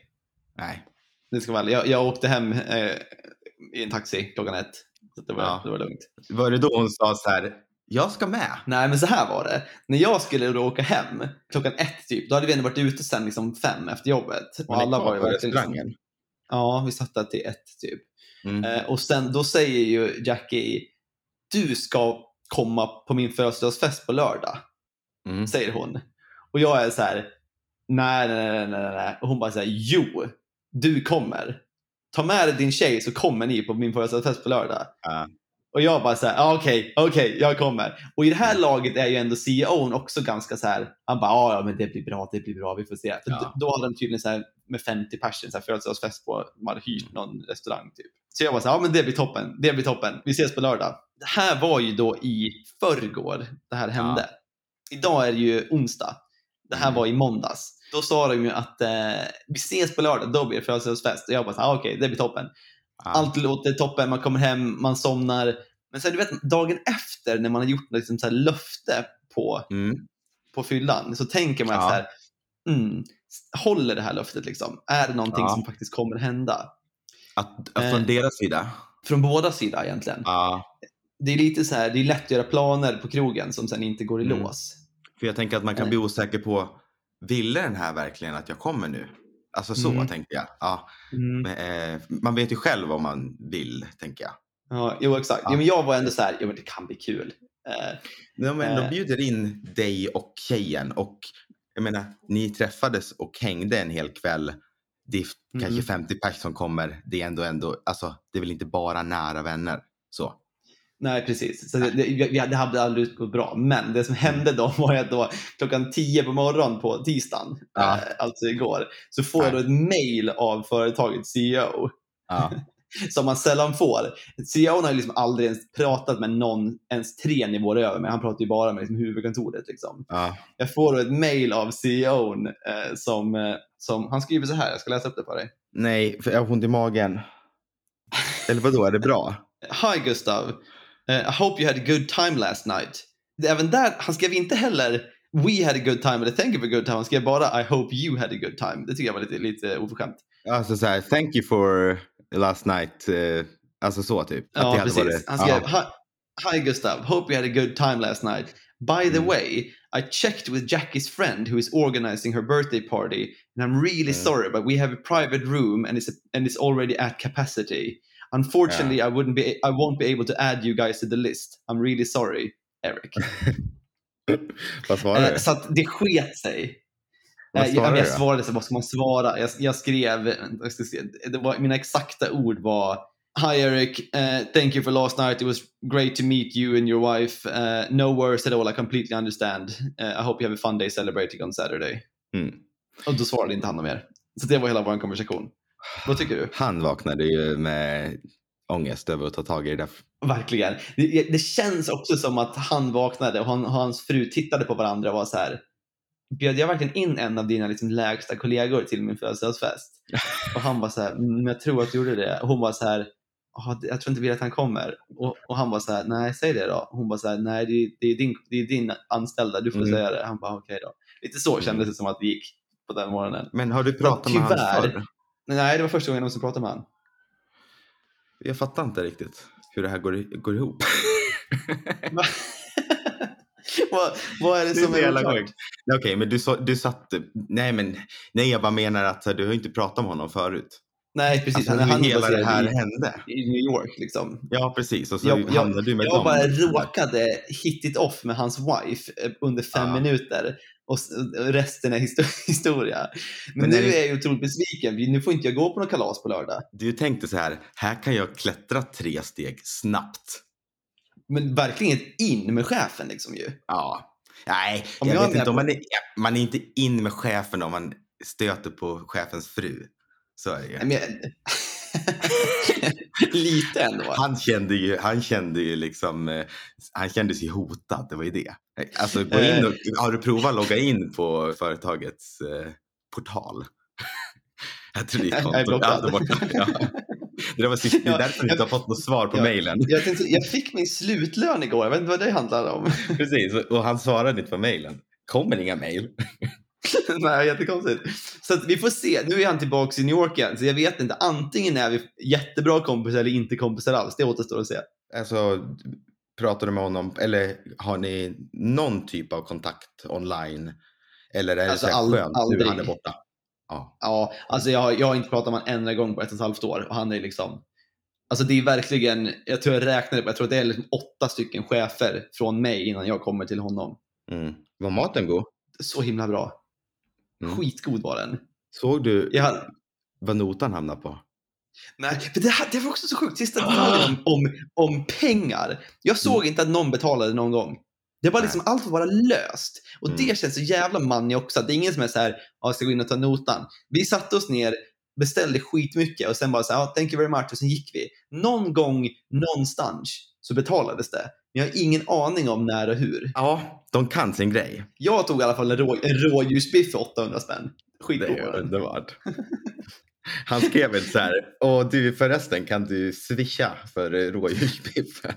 [SPEAKER 1] Nej.
[SPEAKER 2] Det ska vara ärlig. jag, jag åkte hem eh, i en taxi klockan ett. Så att det, var,
[SPEAKER 1] Ja.
[SPEAKER 2] det var lugnt.
[SPEAKER 1] Var det då hon sa så här, jag ska med?
[SPEAKER 2] Nej, men så här var det. När jag skulle då åka hem klockan ett, typ, då hade vi ändå varit ute sen liksom fem efter jobbet. Och alla var ju verkligen... Liksom,
[SPEAKER 1] restaurangen.
[SPEAKER 2] ja, vi satt där till ett, typ.
[SPEAKER 1] Mm.
[SPEAKER 2] Eh, och sen då säger ju Jackie, du ska komma på min födelsedagsfest på lördag,
[SPEAKER 1] Mm.
[SPEAKER 2] säger hon. Och jag är så här, nej, nej, nej, nej, nej, nej. Och hon bara så här, jo, du kommer. Ta med dig din tjej så kommer ni på min födelsedagsfest på lördag.
[SPEAKER 1] Ja.
[SPEAKER 2] Och jag bara så här, "Ja, okej, okej, jag kommer. Och i det här
[SPEAKER 1] Mm.
[SPEAKER 2] laget är ju ändå CEOn också ganska så här, han bara, "Ja, ja, men det blir bra, det blir bra, vi får se. För
[SPEAKER 1] Ja.
[SPEAKER 2] d- Då hade de tydligen så här med 50 personer, så här födelsedagsfest på, de hade
[SPEAKER 1] Mm.
[SPEAKER 2] hyrt någon restaurang typ. Så jag var så här, ja men det blir toppen, det blir toppen, vi ses på lördag. Det här var ju då i förrgår det här hände. Idag är det ju onsdag. Det här
[SPEAKER 1] Mm.
[SPEAKER 2] var i måndags. Då sa de ju att eh, vi ses på lördag, då blir det födelsedagsfest. Och jag bara, så här, "Ja, okej, det blir toppen.
[SPEAKER 1] Ja.
[SPEAKER 2] Allt låter toppen, man kommer hem, man somnar. Men sen du vet, dagen efter när man har gjort liksom så här löfte på,
[SPEAKER 1] Mm.
[SPEAKER 2] på fyllan så tänker man
[SPEAKER 1] Ja.
[SPEAKER 2] så här, mm, håller det här löftet liksom? Är det någonting
[SPEAKER 1] Ja.
[SPEAKER 2] som faktiskt kommer hända?
[SPEAKER 1] Att, att från
[SPEAKER 2] Eh.
[SPEAKER 1] deras sida?
[SPEAKER 2] Från båda sidor egentligen.
[SPEAKER 1] Ja.
[SPEAKER 2] Det är lite så här, det är lätt att göra planer på krogen som sen inte går i
[SPEAKER 1] Mm.
[SPEAKER 2] lås.
[SPEAKER 1] För jag tänker att man kan bli osäker på, ville den här verkligen att jag kommer nu? Alltså så
[SPEAKER 2] Mm.
[SPEAKER 1] tänkte jag. Ja.
[SPEAKER 2] Mm.
[SPEAKER 1] Men, eh, man vet ju själv vad man vill, tänker jag.
[SPEAKER 2] Ja, jo, exakt.
[SPEAKER 1] Ja.
[SPEAKER 2] Jo, men jag var ändå så här, jo, men det kan bli kul. Eh,
[SPEAKER 1] Ja, men
[SPEAKER 2] Eh.
[SPEAKER 1] De bjuder in dig och tjejen och jag menar, ni träffades och hängde en hel kväll. Det är f-
[SPEAKER 2] Mm.
[SPEAKER 1] kanske 50 pers som kommer. Det är ändå, ändå, alltså det är väl inte bara nära vänner. Så.
[SPEAKER 2] Nej, precis. Så det, det, vi- vi- det hade aldrig gått bra. Men det som hände då var ju att då, klockan 10 på morgonen på tisdagen,
[SPEAKER 1] Ja.
[SPEAKER 2] eh, alltså igår, så får jag då ett mail av företagets CEO
[SPEAKER 1] Ja.
[SPEAKER 2] som man sällan får. CEOn har ju liksom aldrig ens pratat med någon ens tre nivåer över mig. Han pratar ju bara med liksom huvudkontoret. Liksom.
[SPEAKER 1] ja.
[SPEAKER 2] Jag får då ett mail av CEOn eh, som, eh, som han skriver så här. Jag ska läsa upp det för dig.
[SPEAKER 1] Nej, för jag har ont i magen. Eller vadå, är det bra?
[SPEAKER 2] Eh, Hi Gustav. Uh, I hope you had a good time last night. det- även där, han skrev inte heller We had a good time eller Thank you for a good time. Han skrev bara I hope you had a good time. Det tycker jag var lite, lite oförskämt.
[SPEAKER 1] Alltså så här, thank you for last night. eh, Alltså så typ. Att
[SPEAKER 2] Ja,
[SPEAKER 1] det hade
[SPEAKER 2] Oh, precis.
[SPEAKER 1] varit-
[SPEAKER 2] Han skrev
[SPEAKER 1] ja.
[SPEAKER 2] Hi, hi Gustav, hope you had a good time last night. By the
[SPEAKER 1] Mm.
[SPEAKER 2] way, I checked with Jackie's friend who is organizing her birthday party and I'm really
[SPEAKER 1] Mm.
[SPEAKER 2] sorry but we have a private room and it's and it's already at capacity. Unfortunately, I wouldn't be I won't be able to add you guys to the list. I'm really sorry, Eric.
[SPEAKER 1] [laughs] Vad svarade
[SPEAKER 2] Eh,
[SPEAKER 1] du?
[SPEAKER 2] Så att det sket sig.
[SPEAKER 1] Vad
[SPEAKER 2] Eh,
[SPEAKER 1] svarade
[SPEAKER 2] jag, jag
[SPEAKER 1] du då?
[SPEAKER 2] svarade så, vad ska man svara? Jag, jag skrev, jag ska se, det var, mina exakta ord var Hi Eric, eh, thank you for last night. It was great to meet you and your wife. Eh, no worries at all, I completely understand. Eh, I hope you have a fun day celebrating on Saturday.
[SPEAKER 1] Mm.
[SPEAKER 2] Och då svarade inte han något mer. Så det var hela vår konversation. Vad tycker du?
[SPEAKER 1] Han vaknade ju med ångest över att ta tag i det där.
[SPEAKER 2] Verkligen. Det, det känns också som att han vaknade och han, hans fru tittade på varandra och var så här. Bjöd jag verkligen in en av dina liksom lägsta kollegor till
[SPEAKER 1] [laughs]
[SPEAKER 2] min födelsedagsfest? Och han var så här, "Mm, jag tror att du gjorde det. Och Hon var så här, "Ja, det- jag tror inte vill att han kommer. Och, och han var så här, nej säg det då. Hon var så här, nej det, är- det, är, din, det är din anställda, du får
[SPEAKER 1] Mm.
[SPEAKER 2] säga det. Han bara, okej då. Lite så kändes det som att det gick på den morgonen.
[SPEAKER 1] Men har du pratat med
[SPEAKER 2] Tyvärr.
[SPEAKER 1] honom förr?
[SPEAKER 2] Men Nej, det var första gången jag någonsin pratade med honom. [laughs]
[SPEAKER 1] Jag fattar inte riktigt hur det här går, i- går ihop.
[SPEAKER 2] vad, vad är
[SPEAKER 1] [laughs]
[SPEAKER 2] det som är oklart?
[SPEAKER 1] sjukt. Nej, Okej, men du, sa- du satt... Nej, men nej, jag bara menar att så här, du har ju inte pratat med honom förut.
[SPEAKER 2] Nej, precis.
[SPEAKER 1] Alltså, hur
[SPEAKER 2] han är han
[SPEAKER 1] hela det
[SPEAKER 2] baserad
[SPEAKER 1] här
[SPEAKER 2] i-
[SPEAKER 1] hände.
[SPEAKER 2] i New York. Liksom.
[SPEAKER 1] Ja, precis. Och så
[SPEAKER 2] Jag-
[SPEAKER 1] hamnade du med
[SPEAKER 2] Jag
[SPEAKER 1] dem.
[SPEAKER 2] bara råkade hit it off med hans wife eh, under fem
[SPEAKER 1] Ja.
[SPEAKER 2] minuter och s- och resten är histo- [laughs] historia. Men,
[SPEAKER 1] Men
[SPEAKER 2] nu
[SPEAKER 1] är det-
[SPEAKER 2] är jag otroligt besviken. Vi- Nu får inte jag gå på något kalas på lördag.
[SPEAKER 1] Du tänkte så här, här kan jag klättra tre steg snabbt.
[SPEAKER 2] Men verkligen in med chefen liksom ju.
[SPEAKER 1] Ja. Nej,
[SPEAKER 2] Om
[SPEAKER 1] jag,
[SPEAKER 2] jag
[SPEAKER 1] vet
[SPEAKER 2] är
[SPEAKER 1] inte. Om
[SPEAKER 2] på-
[SPEAKER 1] man, är, man är inte in med chefen om man stöter på chefens fru. Så är det ju.
[SPEAKER 2] Nej, Men [laughs] jag... Lite ändå. va?
[SPEAKER 1] Han kände ju, han kände ju liksom, eh, han kände sig hotad, det var ju det. Alltså gå
[SPEAKER 2] Eh.
[SPEAKER 1] in och, har du provat att logga in på företagets eh, portal? [laughs] Jag tror det
[SPEAKER 2] [laughs] Jag
[SPEAKER 1] är
[SPEAKER 2] är
[SPEAKER 1] kontor.
[SPEAKER 2] blockad.
[SPEAKER 1] Ja, det, var, ja. det, där var sist, det är
[SPEAKER 2] Ja,
[SPEAKER 1] därför du inte har fått något svar på
[SPEAKER 2] Ja.
[SPEAKER 1] mejlen.
[SPEAKER 2] Jag, tänkte, jag fick min slutlön igår. Jag vet inte vad det handlar om. [laughs]
[SPEAKER 1] Precis, och han svarade inte på mejlen. Kommer inga mejl?
[SPEAKER 2] Nej, jättekonstigt. Så att vi får se. Nu är han tillbaka i New York igen, så jag vet inte. Antingen är vi jättebra kompisar eller inte kompisar alls. Det återstår att se.
[SPEAKER 1] Alltså, pratar du med honom eller har ni någon typ av kontakt online? Eller är det
[SPEAKER 2] Alltså,
[SPEAKER 1] så här
[SPEAKER 2] ald-
[SPEAKER 1] skönt nu
[SPEAKER 2] aldrig.
[SPEAKER 1] han är borta? Ja.
[SPEAKER 2] Ja, alltså jag, har- jag har inte pratat med honom en enda gång på ett och ett halvt år och han är liksom... Alltså det är verkligen, jag tror jag räknade på, jag tror att det är liksom åtta stycken chefer från mig innan jag kommer till honom.
[SPEAKER 1] Mm. Var maten god?
[SPEAKER 2] Så himla bra.
[SPEAKER 1] Mm.
[SPEAKER 2] Skitgod var den.
[SPEAKER 1] Såg du
[SPEAKER 2] Jag hade,
[SPEAKER 1] vad notan hamnade på?
[SPEAKER 2] Nej, men det, här, det var också så sjukt. Sista
[SPEAKER 1] Ah.
[SPEAKER 2] detaljen om, om, om pengar. Jag såg
[SPEAKER 1] Mm.
[SPEAKER 2] inte att någon betalade någon gång. Det var liksom allt var bara löst. Och
[SPEAKER 1] Mm.
[SPEAKER 2] det känns så jävla manny också. Det är ingen som är så här, "Ja, jag ska gå in och ta notan. Vi satte oss ner, beställde skitmycket och sen bara så här, "Ja, thank you very much och sen gick vi. Någon gång, någonstans så betalades det. Men jag har ingen aning om när och hur.
[SPEAKER 1] Ja, de kan sin grej.
[SPEAKER 2] Jag tog i alla fall en, rå, en rådjursbiff för 800 spänn.
[SPEAKER 1] Det
[SPEAKER 2] Skitgod var
[SPEAKER 1] är
[SPEAKER 2] den.
[SPEAKER 1] underbart. [laughs] Han skrev inte så här, och du förresten kan du swisha för eh, rådjursbiffen.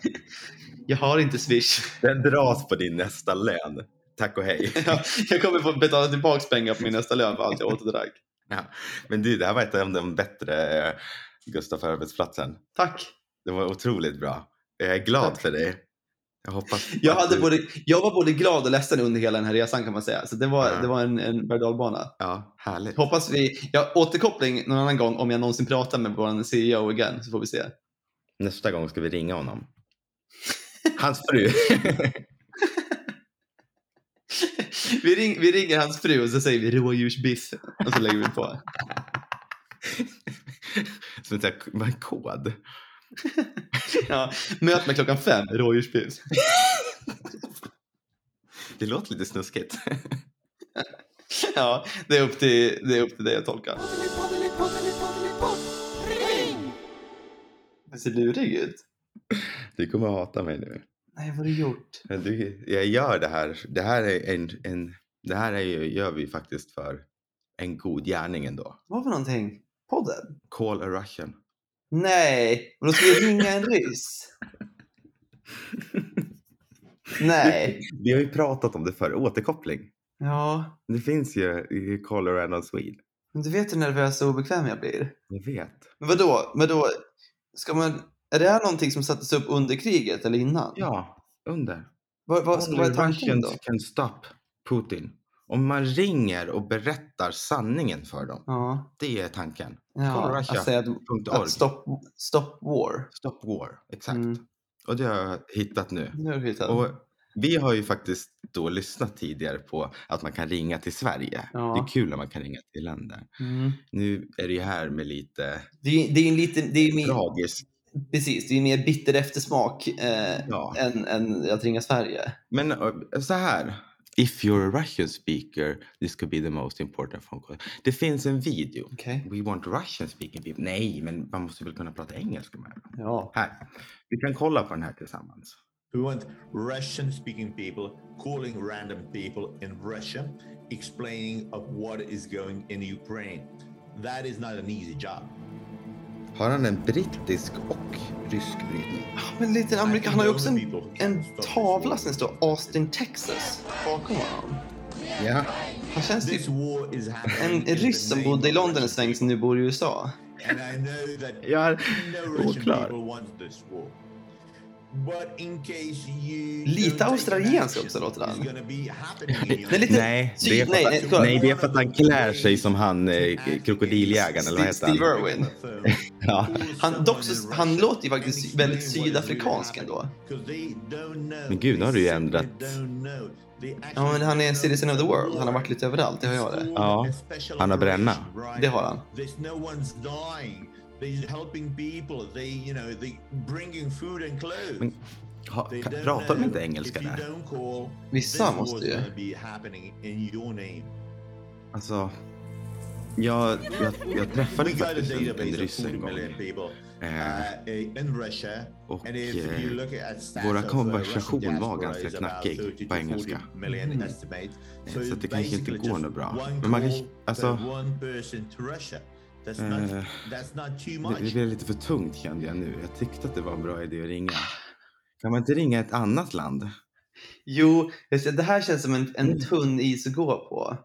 [SPEAKER 2] Jag har inte swish. [laughs]
[SPEAKER 1] Den dras på din nästa lön. Tack och hej.
[SPEAKER 2] Ja, jag kommer få betala tillbaka pengar på min nästa lön för allt jag åt och drack.
[SPEAKER 1] Men du, det här var ett av de bättre eh, Gustaf för arbetsplatsen.
[SPEAKER 2] Tack!
[SPEAKER 1] Det var otroligt bra. Jag är glad
[SPEAKER 2] Tack.
[SPEAKER 1] för dig. Jag hoppas
[SPEAKER 2] Jag,
[SPEAKER 1] att
[SPEAKER 2] hade
[SPEAKER 1] du-
[SPEAKER 2] både, jag var både glad och ledsen under hela den här resan kan man säga. Så det var,
[SPEAKER 1] Ja.
[SPEAKER 2] det var en, en berg och
[SPEAKER 1] Ja, härligt.
[SPEAKER 2] Hoppas vi, jag återkoppling någon annan gång om jag någonsin pratar med vår CEO igen så får vi se.
[SPEAKER 1] Nästa gång ska vi ringa [laughs] honom. Hans fru. [laughs]
[SPEAKER 2] Vi, ring, vi ringer hans fru och så säger vi rådjursbiff och så lägger vi på.
[SPEAKER 1] Som en sån här- vad är kod.
[SPEAKER 2] Ja, möt mig klockan fem, rådjursbiff.
[SPEAKER 1] Det låter lite snuskigt. [laughs]
[SPEAKER 2] Ja, det är upp till, det är upp till dig att tolka. Det ser lurig ut.
[SPEAKER 1] Du kommer att hata mig nu.
[SPEAKER 2] Nej, vad har du gjort?
[SPEAKER 1] Men du, jag gör det här. Det här, är en, en, det här är ju, gör vi faktiskt för en god gärning ändå.
[SPEAKER 2] Vad var någonting? Podden?
[SPEAKER 1] Call a Russian.
[SPEAKER 2] Nej, men då ska vi ringa en ryss. Nej.
[SPEAKER 1] Vi har ju pratat om det förr, återkoppling.
[SPEAKER 2] Ja,
[SPEAKER 1] Det finns ju i Colorado Swede.
[SPEAKER 2] men du vet hur nervös och obekväm jag blir.
[SPEAKER 1] Jag vet.
[SPEAKER 2] Men vadå? Vadå? Ska man... Är det här någonting som sattes upp under kriget eller innan?
[SPEAKER 1] Ja, under.
[SPEAKER 2] Vad, vad, vad är tanken då?
[SPEAKER 1] Russians can stop Putin. Om man ringer och berättar sanningen för dem.
[SPEAKER 2] Ja,
[SPEAKER 1] Det är tanken. Call
[SPEAKER 2] ja.
[SPEAKER 1] Russia.
[SPEAKER 2] att säga att,
[SPEAKER 1] Punkt org.
[SPEAKER 2] att stop, stop war.
[SPEAKER 1] Stop war. Exakt.
[SPEAKER 2] Mm.
[SPEAKER 1] Och det har jag hittat nu.
[SPEAKER 2] Nu har du hittat.
[SPEAKER 1] Och vi har ju faktiskt då lyssnat tidigare på att man kan ringa till Sverige.
[SPEAKER 2] Ja.
[SPEAKER 1] Det är kul när man kan ringa till länder.
[SPEAKER 2] Mm.
[SPEAKER 1] Nu är det ju här med lite
[SPEAKER 2] Det är, det är en liten, det är mer,
[SPEAKER 1] tragisk.
[SPEAKER 2] precis, det är mer bitter eftersmak eh,
[SPEAKER 1] Ja.
[SPEAKER 2] än, än att ringa Sverige.
[SPEAKER 1] Men eh, så här. If you're a Russian speaker, this could be the most important phone call. Det finns en video.
[SPEAKER 2] Okej.
[SPEAKER 1] We want Russian speaking people. Nej, men man måste väl kunna prata engelska med dem.
[SPEAKER 2] Ja.
[SPEAKER 1] Här. Vi kan kolla på den här tillsammans.
[SPEAKER 5] We want Russian speaking people calling random people in Russia, explaining of what is going in Ukraine. That is not an easy job.
[SPEAKER 1] Har han en brittisk och rysk brytning?
[SPEAKER 2] Ja, Ah, Men liten amerikan, han har ju också en, en tavla som det står Austin, Texas bakom honom.
[SPEAKER 1] Ja.
[SPEAKER 2] Han känns ju...
[SPEAKER 5] This war is happening.
[SPEAKER 2] En
[SPEAKER 5] in the
[SPEAKER 2] ryss som
[SPEAKER 5] name
[SPEAKER 2] bodde i
[SPEAKER 5] of
[SPEAKER 2] London en
[SPEAKER 5] Russia.
[SPEAKER 2] sväng som nu bor i USA.
[SPEAKER 5] And I know
[SPEAKER 2] [laughs]
[SPEAKER 5] that
[SPEAKER 1] Ja,
[SPEAKER 5] no Russian
[SPEAKER 1] oklar.
[SPEAKER 5] people want this war. But in case you
[SPEAKER 2] Lite
[SPEAKER 5] don't take an
[SPEAKER 2] australiensk
[SPEAKER 5] action,
[SPEAKER 2] också låter han.
[SPEAKER 5] it's gonna be happening in
[SPEAKER 2] [laughs] Det är
[SPEAKER 5] your-
[SPEAKER 2] lite-
[SPEAKER 1] Nej,
[SPEAKER 2] Sy-
[SPEAKER 1] det är för
[SPEAKER 2] nej,
[SPEAKER 1] att-
[SPEAKER 2] nej, klart.
[SPEAKER 1] nej, det är för att han klär sig som han, eh, krokodiljägaren, eller vad heter
[SPEAKER 2] Steve
[SPEAKER 1] han?
[SPEAKER 2] Irwin.
[SPEAKER 1] Ja.
[SPEAKER 2] Han, dock så, han låter ju faktiskt väldigt sydafrikansk ändå.
[SPEAKER 5] Men gud, nu har du ju ändrat.
[SPEAKER 2] Ja, men han är en citizen of the world. Han har varit lite överallt, det har jag det.
[SPEAKER 1] Ja, han har bränna.
[SPEAKER 2] Det har han.
[SPEAKER 5] There's no one's dying. They're helping people. They, you know, they bringing food and clothes.
[SPEAKER 1] Men Ha,
[SPEAKER 5] They
[SPEAKER 1] ka-
[SPEAKER 5] don't
[SPEAKER 1] pratar de
[SPEAKER 5] know
[SPEAKER 1] inte
[SPEAKER 5] if
[SPEAKER 1] engelska
[SPEAKER 5] you
[SPEAKER 1] där?
[SPEAKER 5] don't call,
[SPEAKER 2] Vissa
[SPEAKER 5] this
[SPEAKER 2] måste
[SPEAKER 5] war's
[SPEAKER 2] ju.
[SPEAKER 5] gonna be happening in your name.
[SPEAKER 1] Alltså, jag, jag, jag
[SPEAKER 5] We
[SPEAKER 1] träffade
[SPEAKER 5] got a
[SPEAKER 1] faktiskt en, en
[SPEAKER 5] database of
[SPEAKER 1] ryss en
[SPEAKER 5] 40
[SPEAKER 1] gång.
[SPEAKER 5] million people
[SPEAKER 1] Eh,
[SPEAKER 5] uh, in Russia.
[SPEAKER 1] och
[SPEAKER 5] And if you
[SPEAKER 1] eh,
[SPEAKER 5] look at stats
[SPEAKER 1] våra
[SPEAKER 5] of, uh,
[SPEAKER 1] konversation
[SPEAKER 5] Russian
[SPEAKER 1] var
[SPEAKER 5] diaspora
[SPEAKER 1] ganska
[SPEAKER 5] is about
[SPEAKER 1] knackig på
[SPEAKER 5] 30 to 40
[SPEAKER 1] engelska.
[SPEAKER 5] million
[SPEAKER 2] Mm.
[SPEAKER 5] estimate.
[SPEAKER 1] Eh,
[SPEAKER 5] So
[SPEAKER 1] så att det
[SPEAKER 5] it's
[SPEAKER 1] kanske inte
[SPEAKER 5] basically
[SPEAKER 1] går
[SPEAKER 5] just
[SPEAKER 1] något bra.
[SPEAKER 5] one
[SPEAKER 1] Men man
[SPEAKER 5] call
[SPEAKER 1] kanske-
[SPEAKER 5] per
[SPEAKER 1] alltså-
[SPEAKER 5] one person to Russia. That's
[SPEAKER 1] Eh,
[SPEAKER 5] not, that's not too
[SPEAKER 1] det, det
[SPEAKER 5] much.
[SPEAKER 1] blev lite för tungt kände jag nu. Jag tyckte att det var en bra idé att ringa.
[SPEAKER 2] Ah.
[SPEAKER 1] Kan man inte ringa ett annat land?
[SPEAKER 2] Jo, jag ser, det här känns som en, en tunn is att gå på.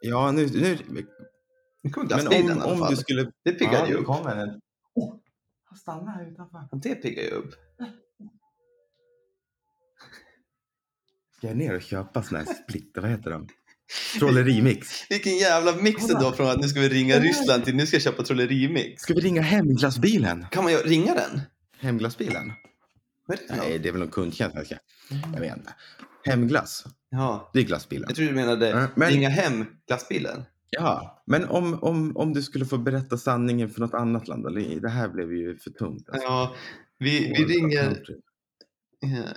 [SPEAKER 1] Ja, nu... nu
[SPEAKER 2] Nu kommer
[SPEAKER 1] men
[SPEAKER 2] glassbilen
[SPEAKER 1] om,
[SPEAKER 2] i alla
[SPEAKER 1] om
[SPEAKER 2] fall.
[SPEAKER 1] du skulle...
[SPEAKER 2] Det piggar
[SPEAKER 1] Ja,
[SPEAKER 2] ju
[SPEAKER 1] nu
[SPEAKER 2] upp.
[SPEAKER 1] kommer en. Oh, han stannar här utanför.
[SPEAKER 2] Det piggar ju upp.
[SPEAKER 1] Ska jag ner och köpa såna här split, vad heter de? Trollerimix.
[SPEAKER 2] Vilken jävla mix
[SPEAKER 1] Kolla.
[SPEAKER 2] då från att nu ska vi ringa
[SPEAKER 1] Kolla.
[SPEAKER 2] Ryssland till nu ska jag köpa trollerimix.
[SPEAKER 1] Ska vi ringa hemglassbilen?
[SPEAKER 2] Kan man ju ringa den?
[SPEAKER 1] Hemglassbilen?
[SPEAKER 2] Vad är det för
[SPEAKER 1] Nej,
[SPEAKER 2] något?
[SPEAKER 1] det är väl någon kundtjänst kanske. Jag vet inte. Hemglass,
[SPEAKER 2] Ja,
[SPEAKER 1] det är glassbilen.
[SPEAKER 2] jag tror du menade
[SPEAKER 1] Äh, men-
[SPEAKER 2] ringa hem glassbilen.
[SPEAKER 1] Ja, men om, om, om du skulle få berätta sanningen för något annat land. eller? Det här blev ju för tungt. alltså.
[SPEAKER 2] Ja, vi, vi
[SPEAKER 1] All
[SPEAKER 2] ringer...
[SPEAKER 1] country.
[SPEAKER 2] eh,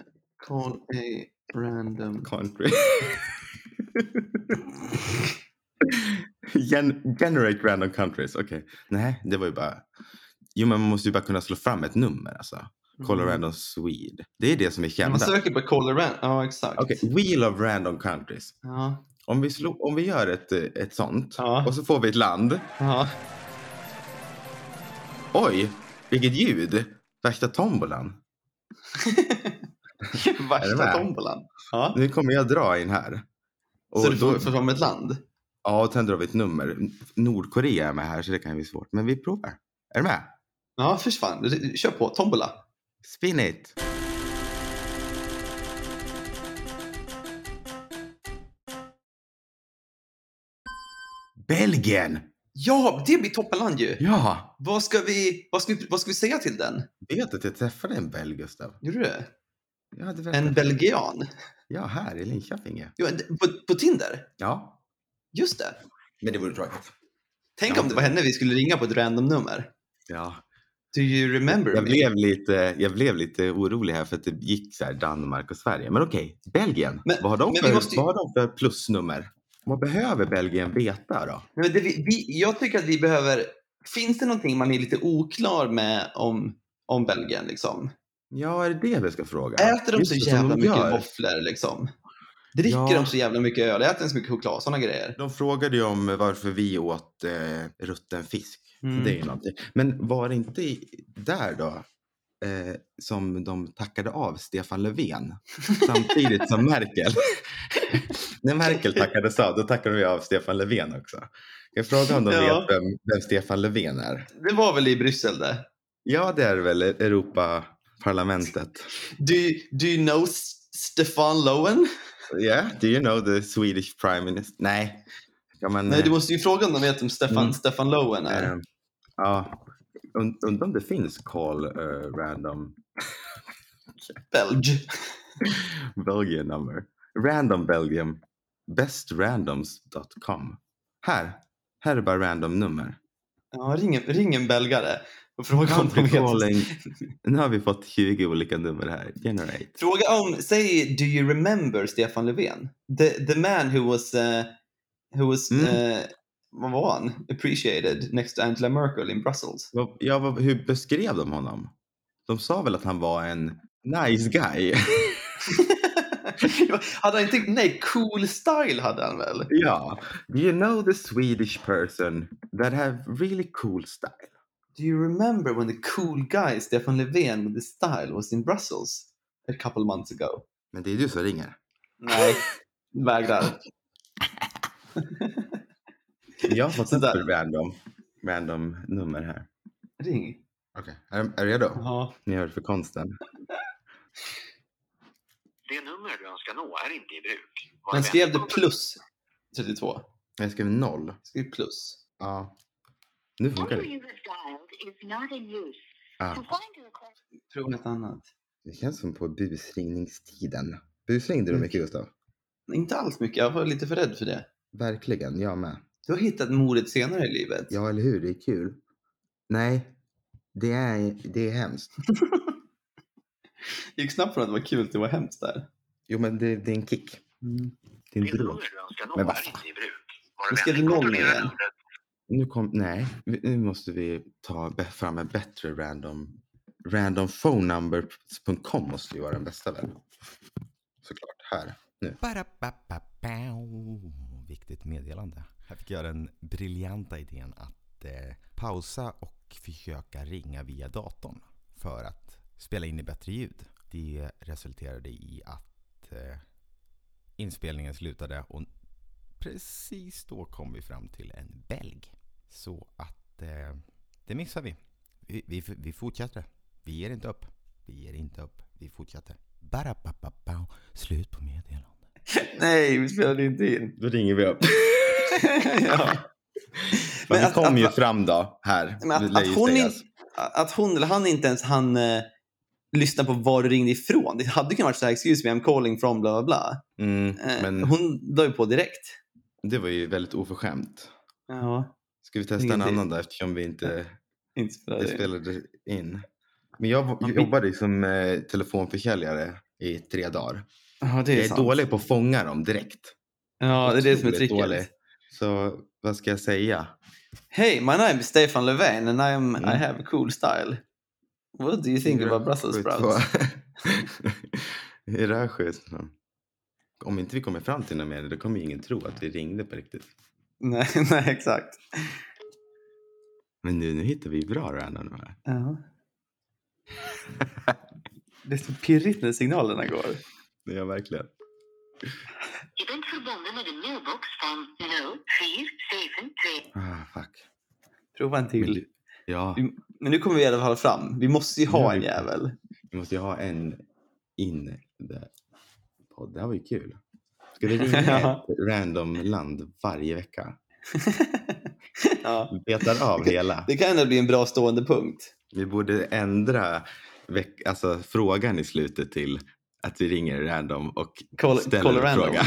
[SPEAKER 2] Call a random...
[SPEAKER 1] Country. Gen- generate random countries, okej. Nej, det var ju bara... Jo, men man måste ju bara kunna slå fram ett nummer alltså.
[SPEAKER 2] Mm.
[SPEAKER 1] Colorado random Swede. Det är det som är
[SPEAKER 2] Man
[SPEAKER 1] kända.
[SPEAKER 2] söker på call a random. Ja, exakt.
[SPEAKER 1] Okej, Wheel of random countries.
[SPEAKER 2] Ja,
[SPEAKER 1] Om vi, slå, om vi gör ett, eh, ett sånt
[SPEAKER 2] Ja.
[SPEAKER 1] och så får vi ett land.
[SPEAKER 2] ja.
[SPEAKER 1] Oj, vilket ljud! Värsta tombolan. [laughs] Är det
[SPEAKER 2] Värsta
[SPEAKER 1] med?
[SPEAKER 2] tombolan. Ja.
[SPEAKER 1] Nu kommer jag dra in här. Och
[SPEAKER 2] Så du
[SPEAKER 1] då,
[SPEAKER 2] får får fram ett land.
[SPEAKER 1] ja, och sen drar vi ett nummer. Nordkorea är med här så det kan bli svårt. Men vi provar. Är du med?
[SPEAKER 2] Ja, försvann. Kör på. Tombola.
[SPEAKER 1] Spin it! Belgien!
[SPEAKER 2] Ja, det blir toppenland ju.
[SPEAKER 1] Ja!
[SPEAKER 2] Vad, ska vi, vad, ska vi, vad ska vi säga till den?
[SPEAKER 1] Vet att jag träffade en belg, Gustav.
[SPEAKER 2] Gjorde du det?
[SPEAKER 1] Ja, det
[SPEAKER 2] En belgian?
[SPEAKER 1] ja, här i Linköping. ja.
[SPEAKER 2] Jo, en- på, på Tinder?
[SPEAKER 1] Ja.
[SPEAKER 2] Just det.
[SPEAKER 1] Men det vore tråkigt.
[SPEAKER 2] Tänk
[SPEAKER 1] Ja.
[SPEAKER 2] om det var henne vi skulle ringa på ett random nummer.
[SPEAKER 1] Ja.
[SPEAKER 2] Do you remember
[SPEAKER 1] Jag
[SPEAKER 2] me?
[SPEAKER 1] blev, lite, jag blev lite orolig här för att det gick så här Danmark och Sverige. Men okej, Belgien.
[SPEAKER 2] Men-
[SPEAKER 1] vad, har de
[SPEAKER 2] men vi
[SPEAKER 1] för,
[SPEAKER 2] måste ju-
[SPEAKER 1] vad har de för plusnummer? Vad behöver Belgien veta då?
[SPEAKER 2] Nej, men det, vi, vi, jag tycker att vi behöver... Finns det någonting man är lite oklar med om, om Belgien? Liksom?
[SPEAKER 1] Ja, är det det vi ska fråga?
[SPEAKER 2] Äter de
[SPEAKER 1] Just
[SPEAKER 2] så
[SPEAKER 1] det, som
[SPEAKER 2] jävla mycket
[SPEAKER 1] gör.
[SPEAKER 2] våfflor? Liksom? Dricker
[SPEAKER 1] Ja.
[SPEAKER 2] de så jävla mycket öl? Äter de så mycket choklad? Sådana grejer.
[SPEAKER 1] De frågade ju om varför vi åt eh, rutten fisk.
[SPEAKER 2] Mm.
[SPEAKER 1] Det är ju någonting. Men var det inte i, där då eh, som de tackade av Stefan Löfven samtidigt som Merkel. [laughs] När Merkel tackades av, då tackade vi av Stefan Löfven också. Jag frågar om de
[SPEAKER 2] Ja.
[SPEAKER 1] vet vem, vem Stefan Löfven är.
[SPEAKER 2] Det var väl i Bryssel det?
[SPEAKER 1] Ja, det är väl
[SPEAKER 2] [laughs]
[SPEAKER 1] Europaparlamentet.
[SPEAKER 2] Do, do you know S- Stefan Lowen?
[SPEAKER 1] Yeah, do you know the Swedish Prime Minister? Nej. Ja, men,
[SPEAKER 2] Nej,
[SPEAKER 1] eh,
[SPEAKER 2] du måste ju fråga om de vet om Stefan,
[SPEAKER 1] Mm.
[SPEAKER 2] Stefan Lowen är.
[SPEAKER 1] Ehm, Ja, Und- undrar om det finns call eh, random
[SPEAKER 2] Belg.
[SPEAKER 1] Belgian number. Random Belgium. Bestrandoms.com. Här. Här är bara random nummer. [laughs]
[SPEAKER 2] Ja, ring, en- ring en belgare och fråga om de
[SPEAKER 1] Country
[SPEAKER 2] vet.
[SPEAKER 1] calling. Nu har vi fått 20 olika nummer här. Generate.
[SPEAKER 2] Fråga om, säg Do you remember Stefan Löfven? The, the man who was, eh, who was
[SPEAKER 1] Mm.
[SPEAKER 2] eh, vad var han? Appreciated next to Angela Merkel in
[SPEAKER 1] [laughs]
[SPEAKER 2] Brussels.
[SPEAKER 1] Vad- Ja, vad, hur beskrev de honom? De sa väl att han var en nice guy? [laughs]
[SPEAKER 2] hade han inte, nej, cool style hade han väl?
[SPEAKER 1] ja. Do you know the Swedish person that have really cool style?
[SPEAKER 2] Do you remember when the cool guy Stefan Löfven with the style was in Brussels a couple months ago?
[SPEAKER 1] Men det är du som ringer.
[SPEAKER 2] Nej, [laughs] vägrar.
[SPEAKER 1] Jag har fått
[SPEAKER 2] Så
[SPEAKER 1] upp
[SPEAKER 2] där.
[SPEAKER 1] random, random nummer här.
[SPEAKER 2] Ring.
[SPEAKER 1] Okej. Är, är du redo?
[SPEAKER 2] Ja.
[SPEAKER 1] Ni gör det för konsten.
[SPEAKER 3] Det nummer du önskar nå är inte i bruk. Var
[SPEAKER 2] Han skrev det
[SPEAKER 3] välkommen-
[SPEAKER 2] plus 32.
[SPEAKER 1] Jag skrev noll.
[SPEAKER 2] Skriv plus.
[SPEAKER 1] Ja. Nu funkar det.
[SPEAKER 3] Number you have dialed is not in use.
[SPEAKER 1] Ah,
[SPEAKER 3] To find a request,
[SPEAKER 2] Prova något annat.
[SPEAKER 1] det känns som på busringningstiden. Busringde du mycket Gustav?
[SPEAKER 2] Inte alls mycket, jag var lite för rädd för det.
[SPEAKER 1] Verkligen, jag med.
[SPEAKER 2] Du har hittat modet senare i livet.
[SPEAKER 1] Ja, eller hur? Det är kul. Nej, det är, det är hemskt.
[SPEAKER 2] Det gick snabbt från att det var kul till det var hemskt där.
[SPEAKER 1] Jo, men det, det är en kick. Det är
[SPEAKER 3] det
[SPEAKER 1] en drog.
[SPEAKER 3] nummer du önskar nå
[SPEAKER 1] Men vad
[SPEAKER 3] är
[SPEAKER 1] fan.
[SPEAKER 3] inte i bruk. Var
[SPEAKER 2] Nu ska
[SPEAKER 3] vänlig,
[SPEAKER 2] det noll
[SPEAKER 3] kontrollera
[SPEAKER 2] igen.
[SPEAKER 3] numret.
[SPEAKER 1] Nu kom, nej, vi- nu måste vi ta be- fram en bättre random. Randomphonenumber.com måste ju vara den bästa väl? Såklart, här. Nu.
[SPEAKER 4] Ba-da-ba-ba-bao. Viktigt meddelande. Här fick jag den briljanta idén att eh, pausa och försöka ringa via datorn för att spela in i bättre ljud. Det resulterade i att eh, inspelningen slutade och precis då kom vi fram till en belg. Så att eh, det missar vi. Vi, vi, vi fortsätter. Vi ger inte upp. Vi ger inte upp. Vi fortsätter. Ba-da-ba-ba-bao. Slut på meddelandet.
[SPEAKER 2] Nej, vi spelade inte
[SPEAKER 1] [laughs]
[SPEAKER 2] in. [laughs]
[SPEAKER 1] Då ringer vi upp.
[SPEAKER 2] ja.
[SPEAKER 1] Men
[SPEAKER 2] att-
[SPEAKER 1] vi kom
[SPEAKER 2] att-
[SPEAKER 1] ju fram då, här.
[SPEAKER 2] Men
[SPEAKER 1] Det
[SPEAKER 2] att,
[SPEAKER 1] lär ju
[SPEAKER 2] att, hon
[SPEAKER 1] sägas.
[SPEAKER 2] in, att hon eller han inte ens han eh, lyssna på var du ringde ifrån. Det hade kunnat vara så här, excuse me, I'm calling from bla bla bla.
[SPEAKER 1] Mm,
[SPEAKER 2] Eh,
[SPEAKER 1] men
[SPEAKER 2] Hon la ju på direkt.
[SPEAKER 1] det var ju väldigt oförskämt.
[SPEAKER 2] Ja,
[SPEAKER 1] Ska vi testa en
[SPEAKER 2] Ingenting.
[SPEAKER 1] annan då eftersom vi inte
[SPEAKER 2] inte spelade
[SPEAKER 1] det
[SPEAKER 2] in.
[SPEAKER 1] spelade in? Men jag
[SPEAKER 2] Ja,
[SPEAKER 1] v-
[SPEAKER 2] vi-
[SPEAKER 1] jobbade ju som eh, telefonförsäljare i tre dagar.
[SPEAKER 2] Ja, det är,
[SPEAKER 1] Jag är
[SPEAKER 2] sant.
[SPEAKER 1] dålig på att fånga dem direkt.
[SPEAKER 2] Ja, det är det som är
[SPEAKER 1] Otroligt
[SPEAKER 2] tricket.
[SPEAKER 1] dålig. Så vad ska jag säga?
[SPEAKER 2] Hey, my name is Stefan Löfven and I'm,
[SPEAKER 1] Mm.
[SPEAKER 2] I have a cool style. What do you think about Brussels sprouts?
[SPEAKER 1] [laughs] 472. I Rörsjös namn. Om inte vi kommer fram till något mer, då kommer ju ingen tro att vi ringde på riktigt.
[SPEAKER 2] [laughs] nej, nej, exakt.
[SPEAKER 1] Men nu, nu hittar vi bra random här.
[SPEAKER 2] Ja. Uh-huh. det är typ så pirrigt när signalerna går.
[SPEAKER 1] Ja, verkligen.
[SPEAKER 3] Je bent verbonden met een mailbox van 0473.
[SPEAKER 1] Ah, fuck.
[SPEAKER 2] Prova en
[SPEAKER 1] Men
[SPEAKER 2] till.
[SPEAKER 1] du- Ja,
[SPEAKER 2] Vi- Men nu kommer vi i alla fall fram. Vi måste ju
[SPEAKER 1] Ja,
[SPEAKER 2] ha
[SPEAKER 1] vi-
[SPEAKER 2] en jävel. [laughs]
[SPEAKER 1] vi måste ju ha en in the podd. Det här var ju kul. Ska vi ringa
[SPEAKER 2] Ja.
[SPEAKER 1] ett random land varje vecka?
[SPEAKER 2] ja.
[SPEAKER 1] Vi betar av hela.
[SPEAKER 2] Det kan ändå bli en bra stående punkt. [laughs]
[SPEAKER 1] Vi borde ändra veck- alltså, frågan i slutet till att vi ringer random och
[SPEAKER 2] Call,
[SPEAKER 1] ställer
[SPEAKER 2] call
[SPEAKER 1] en
[SPEAKER 2] random.
[SPEAKER 1] fråga.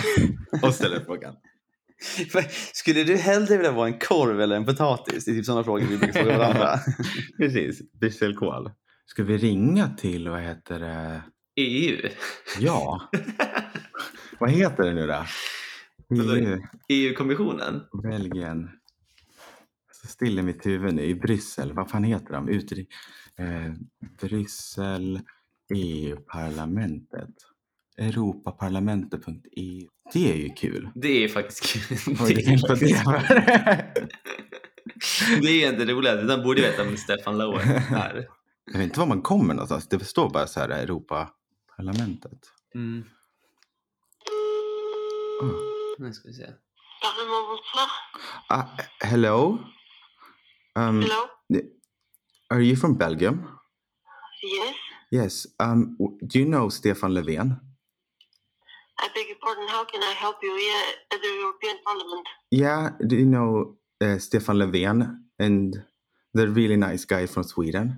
[SPEAKER 1] [laughs] och ställer frågan.
[SPEAKER 2] Skulle du hellre vilja vara en korv eller en potatis? Det är typ sådana frågor [laughs] vi brukar fråga [laughs] varandra.
[SPEAKER 1] [laughs] Precis, brysselkål. Ska vi ringa till, vad heter det?
[SPEAKER 2] EU.
[SPEAKER 1] [laughs] Ja. vad heter det nu då?
[SPEAKER 2] Vänta.
[SPEAKER 1] EU,
[SPEAKER 2] E EU-kommissionen.
[SPEAKER 1] Belgien. Så still i mitt huvud nu, i Bryssel. Vad fan heter de? Utri- eh, Bryssel, EU-parlamentet. Europaparlamentet.eu. Det är ju kul.
[SPEAKER 2] Det är faktiskt [laughs] kul.
[SPEAKER 1] Har du tänkt på det?
[SPEAKER 2] Det är inte roligt. Den borde veta om Stefan Lowen är.
[SPEAKER 1] [laughs] Jag vet inte var man kommer någonstans. Det står bara så här Europaparlamentet.
[SPEAKER 2] [laughs] Mm.
[SPEAKER 1] Mm.
[SPEAKER 2] Nu ska vi se.
[SPEAKER 3] Parlement bonsoir.
[SPEAKER 1] Uh, hello. Um,
[SPEAKER 3] Hello?
[SPEAKER 1] Are you from Belgium?
[SPEAKER 3] Yes?
[SPEAKER 1] Yes. Um, w- do you know Stefan Löfven?
[SPEAKER 3] I beg your pardon, how can I help you here at the European Parliament?
[SPEAKER 1] Yeah. Do you know uh, Stefan Löfven and the really nice guy from Sweden?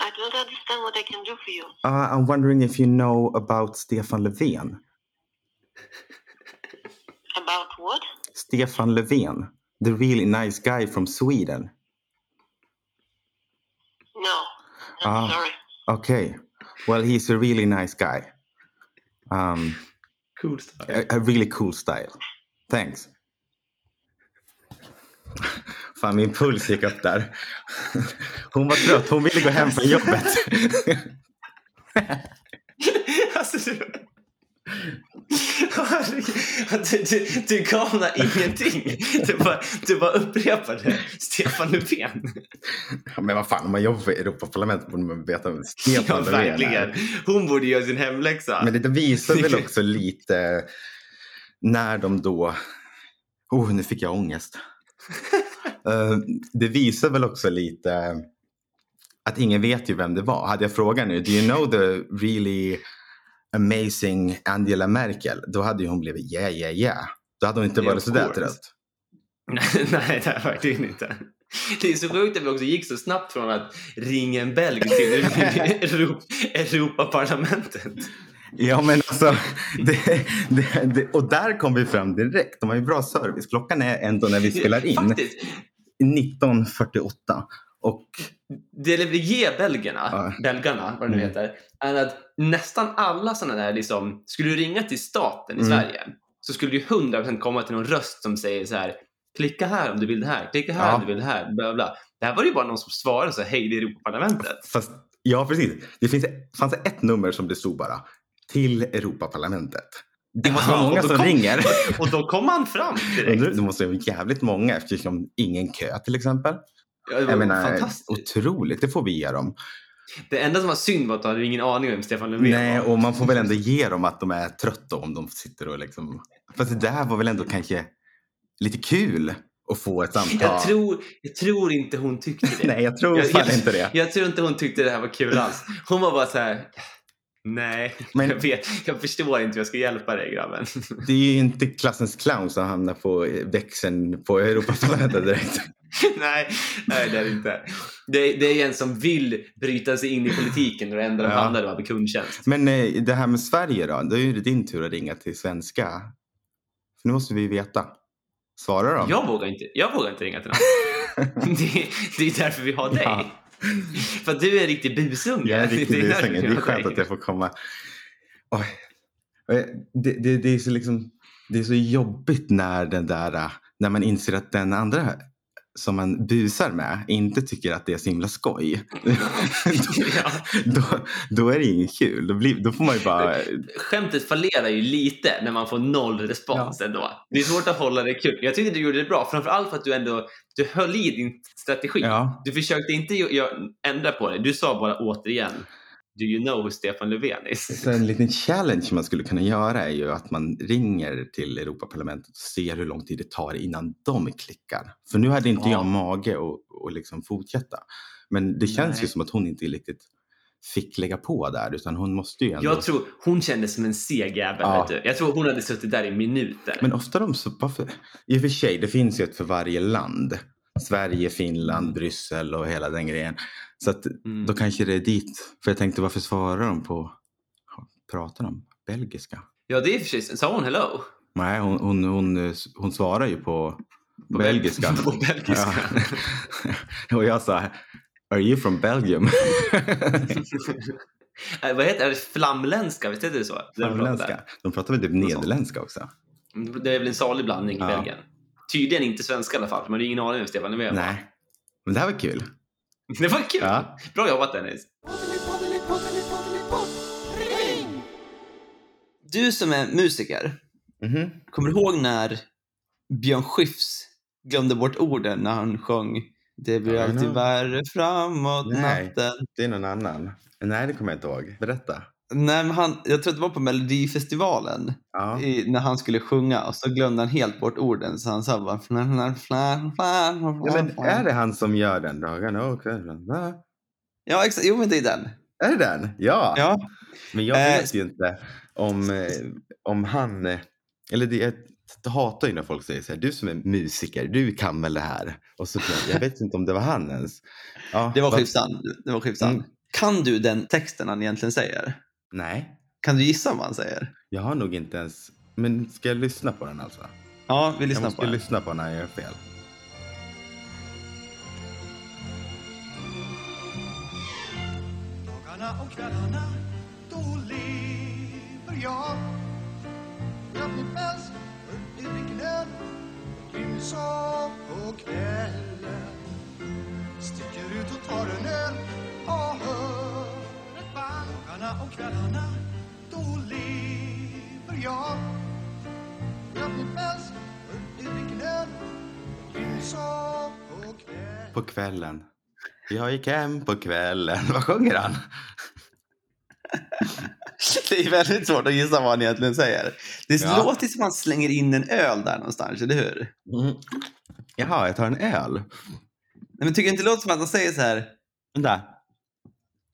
[SPEAKER 3] I don't understand what I can do for you.
[SPEAKER 1] Uh, I'm wondering if you know about Stefan Löfven.
[SPEAKER 3] About what?
[SPEAKER 1] Stefan Löfven, the really nice guy from Sweden.
[SPEAKER 3] No. I'm
[SPEAKER 1] Ah.
[SPEAKER 3] sorry.
[SPEAKER 1] Okay. Well, he's a really nice guy. Um,
[SPEAKER 2] Cool start.
[SPEAKER 1] a, a really cool style. Thanks. [laughs] Fan, min puls gick upp där. [laughs] Hon var trött, hon ville gå hem från jobbet.
[SPEAKER 2] [laughs] alltså du... Herregud. Du, du, du gav ingenting. Du bara, du bara upprepade Stefan Löfven.
[SPEAKER 1] Ja, Men vad fan, om man jobbar i Europaparlamentet borde man veta vem
[SPEAKER 2] [laughs] Ja,
[SPEAKER 1] Stefan Löfven
[SPEAKER 2] verkligen.
[SPEAKER 1] är.
[SPEAKER 2] Hon borde göra sin hemläxa.
[SPEAKER 1] Men det visar väl också lite när de då... Oh, nu fick jag
[SPEAKER 2] [laughs]
[SPEAKER 1] ångest. Eh, det visar väl också lite att ingen vet ju vem det var. Hade jag frågat nu, do you know the really amazing Angela Merkel? Då hade ju hon blivit yeah, yeah, yeah. Då hade hon inte
[SPEAKER 2] Yeah,
[SPEAKER 1] varit
[SPEAKER 2] of
[SPEAKER 1] sådär
[SPEAKER 2] course.
[SPEAKER 1] trött.
[SPEAKER 2] nej, [laughs] nej, nej, verkligen inte. Det är så sjukt att vi också gick så snabbt från att ringa en
[SPEAKER 1] [laughs]
[SPEAKER 2] belg till Euro- Europaparlamentet.
[SPEAKER 1] Ja, men alltså, [laughs] det, det, det, och där kom vi fram direkt. De har ju bra service. Klockan är ändå när vi spelar in
[SPEAKER 2] Faktiskt,
[SPEAKER 1] 19.48. Och
[SPEAKER 2] det jag vill ge belgarna,
[SPEAKER 1] Ja.
[SPEAKER 2] belgarna vad det nu
[SPEAKER 1] Mm.
[SPEAKER 2] heter, är att nästan alla sådana där, liksom, skulle du ringa till staten i
[SPEAKER 1] Mm.
[SPEAKER 2] Sverige så skulle du 100% komma till någon röst som säger så här klicka här om du vill det här, klicka här
[SPEAKER 1] Ja.
[SPEAKER 2] om du vill det här, bla bla. Det här var ju bara någon som svarade så här, hej det är Europaparlamentet.
[SPEAKER 1] Fast, ja, precis. Det finns, fanns ett nummer som det stod bara till Europaparlamentet. Det måste
[SPEAKER 2] Ja,
[SPEAKER 1] vara många
[SPEAKER 2] och då
[SPEAKER 1] som [laughs]
[SPEAKER 2] kom-
[SPEAKER 1] ringer.
[SPEAKER 2] Och då kom han fram direkt.
[SPEAKER 1] [laughs] Undrar- Det måste vara jävligt många eftersom ingen kö till exempel.
[SPEAKER 2] Ja, det var
[SPEAKER 1] Jag menar,
[SPEAKER 2] fantastiskt.
[SPEAKER 1] otroligt. Det får vi ge dem.
[SPEAKER 2] Det enda som var synd var att du hade ingen aning om vem Stefan Löfven
[SPEAKER 1] Nej,
[SPEAKER 2] var.
[SPEAKER 1] och man får väl ändå ge dem att de är trötta om de sitter och liksom... Fast det där var väl ändå kanske lite kul att få ett samtal.
[SPEAKER 2] Jag, tror, jag tror inte hon tyckte det.
[SPEAKER 1] Nej, jag tror
[SPEAKER 2] Jag-
[SPEAKER 1] fan
[SPEAKER 2] jag-
[SPEAKER 1] inte det.
[SPEAKER 2] Jag tror inte hon tyckte det här var kul alls. Hon var bara så här. Nej,
[SPEAKER 1] Men-
[SPEAKER 2] jag, vet, jag förstår inte hur jag ska hjälpa dig grabben. [laughs]
[SPEAKER 1] Det är ju inte klassens clown som hamnar på eh, växeln på Europaparlamentet direkt.
[SPEAKER 2] nej, nej, det är det inte. Det, det är en som vill bryta sig in i politiken och det enda de
[SPEAKER 1] Ja.
[SPEAKER 2] handlar om är kundtjänst.
[SPEAKER 1] Men eh, det här med Sverige då? Då är det din tur att ringa till svenska. För nu måste vi veta. Svarar de?
[SPEAKER 2] Jag vågar inte, jag vågar inte ringa
[SPEAKER 1] [laughs]
[SPEAKER 2] till någon. det, det är därför vi har dig.
[SPEAKER 1] Ja.
[SPEAKER 2] För att du är en riktig busunge.
[SPEAKER 1] Jag är riktigt
[SPEAKER 2] därför
[SPEAKER 1] busängen.
[SPEAKER 2] vi
[SPEAKER 1] Det är
[SPEAKER 2] har
[SPEAKER 1] skönt
[SPEAKER 2] dig. [laughs]
[SPEAKER 1] att jag får komma. Oj. Eh, Det, det, det, är så liksom, det är så jobbigt när, den där, eh, när man inser att den andra som man busar med inte tycker att det är så himla skoj. [laughs]
[SPEAKER 2] Ja.
[SPEAKER 1] då, då är det inget kul. Då, blir, då får man ju bara...
[SPEAKER 2] skämtet fallerar ju lite när man får noll respons ändå. Det är svårt att hålla det kul. Jag tyckte du gjorde det bra, framförallt för att du ändå du höll i din strategi.
[SPEAKER 1] [laughs] Ja,
[SPEAKER 2] Du försökte inte ju- gö- ändra på det. Du sa bara återigen, do you know who Stefan Löfven is?
[SPEAKER 1] så en liten challenge man skulle kunna göra är ju att man ringer till Europaparlamentet och ser hur lång tid det tar innan de klickar. För nu hade inte
[SPEAKER 2] Ja.
[SPEAKER 1] jag mage att och liksom fortsätta. Men det känns ju
[SPEAKER 2] Nej.
[SPEAKER 1] som att hon inte riktigt fick lägga på där utan hon måste ju ändå...
[SPEAKER 2] Jag tror hon kändes som en seg jävel.
[SPEAKER 1] Ja.
[SPEAKER 2] vet du. Jag tror hon hade suttit där i minuter.
[SPEAKER 1] Men ofta de så... Varför... I och för sig, det finns ju ett för varje land. Sverige, Finland, Bryssel och hela den grejen. Så att
[SPEAKER 2] Mm.
[SPEAKER 1] då kanske det är dit. För jag tänkte varför svarar de på... Pratar de belgiska?
[SPEAKER 2] Ja, det är i och för sig. Sa hon hello?
[SPEAKER 1] Nej, hon, hon, hon, hon svarar ju på, [laughs] på belgiska.
[SPEAKER 2] På belgiska.
[SPEAKER 1] Ja. [laughs] Och jag sa, are you from [laughs] Belgium?
[SPEAKER 2] Eh, Vad heter det? Flamländska? Visst heter det så? Det är bra där.
[SPEAKER 1] Flamländska. De pratar väl typ nederländska också?
[SPEAKER 2] Det är väl en salig blandning i
[SPEAKER 1] Ja.
[SPEAKER 2] Belgien. Tydligen inte svenska i alla fall, för man har ju ingen aning om Stefan Löfven.
[SPEAKER 1] Nej. Men det här var kul.
[SPEAKER 2] [laughs] Det var kul!
[SPEAKER 1] Ja.
[SPEAKER 2] Bra jobbat Dennis! Du som är musiker,
[SPEAKER 1] Mhm.
[SPEAKER 2] kommer du ihåg när Björn Skifs glömde bort orden när han sjöng Det blir
[SPEAKER 1] Ja, men
[SPEAKER 2] alltid
[SPEAKER 1] han-
[SPEAKER 2] värre framåt
[SPEAKER 1] Nej.
[SPEAKER 2] natten.
[SPEAKER 1] Det är någon annan. Nej, det kommer jag inte ihåg. Berätta.
[SPEAKER 2] Nej, men han, jag tror att det var på Melodifestivalen
[SPEAKER 1] Ja.
[SPEAKER 2] i, när han skulle sjunga och så glömde han helt bort orden så han sa bara flan, flan, flan, flan,
[SPEAKER 1] Ja,
[SPEAKER 2] flan,
[SPEAKER 1] men
[SPEAKER 2] flan.
[SPEAKER 1] är det han som gör den? Dagarna och kvällarna.
[SPEAKER 2] Ja, exakt. Jo, men det är den.
[SPEAKER 1] Är det den? Ja.
[SPEAKER 2] Ja.
[SPEAKER 1] Men jag
[SPEAKER 2] Eh,
[SPEAKER 1] vet ju inte om, eh, om han... eh, Eller det, jag t- hatar ju när folk säger så här, du som är musiker, du kan väl det här? Och så, jag vet inte om det var han ens. Ja,
[SPEAKER 2] Det var
[SPEAKER 1] vad-
[SPEAKER 2] Skifsan. Det var Skifsan.
[SPEAKER 1] Mm.
[SPEAKER 2] Kan du den texten han egentligen säger?
[SPEAKER 1] Nej,
[SPEAKER 2] Kan du gissa vad han säger?
[SPEAKER 1] jag har nog inte ens... Men ska jag lyssna på den alltså?
[SPEAKER 2] Ja, vi
[SPEAKER 1] Jag
[SPEAKER 2] lyssnar på
[SPEAKER 1] måste
[SPEAKER 2] den.
[SPEAKER 1] lyssna på när jag gör fel.
[SPEAKER 6] Dagarna och kvällarna, då lever jag. Jag blir bäst, upp i regnen, kring sol och kvällen. Sticker ut och tar en öl och hör ett band. Dagarna och kvällarna, då lever jag. Jag blir bäst, upp i regnen, kring sol och kvällen.
[SPEAKER 1] På kvällen. Jag gick hem på kvällen. [laughs] Vad sjunger han?
[SPEAKER 2] [laughs] Det är väldigt svårt att gissa vad han egentligen säger. Det
[SPEAKER 1] Ja.
[SPEAKER 2] låter som att han slänger in en öl där någonstans, eller hur?
[SPEAKER 1] Mm. Jaha, jag tar en öl.
[SPEAKER 2] Nej, men tycker du inte det låter som att han säger så här,
[SPEAKER 1] Vänta.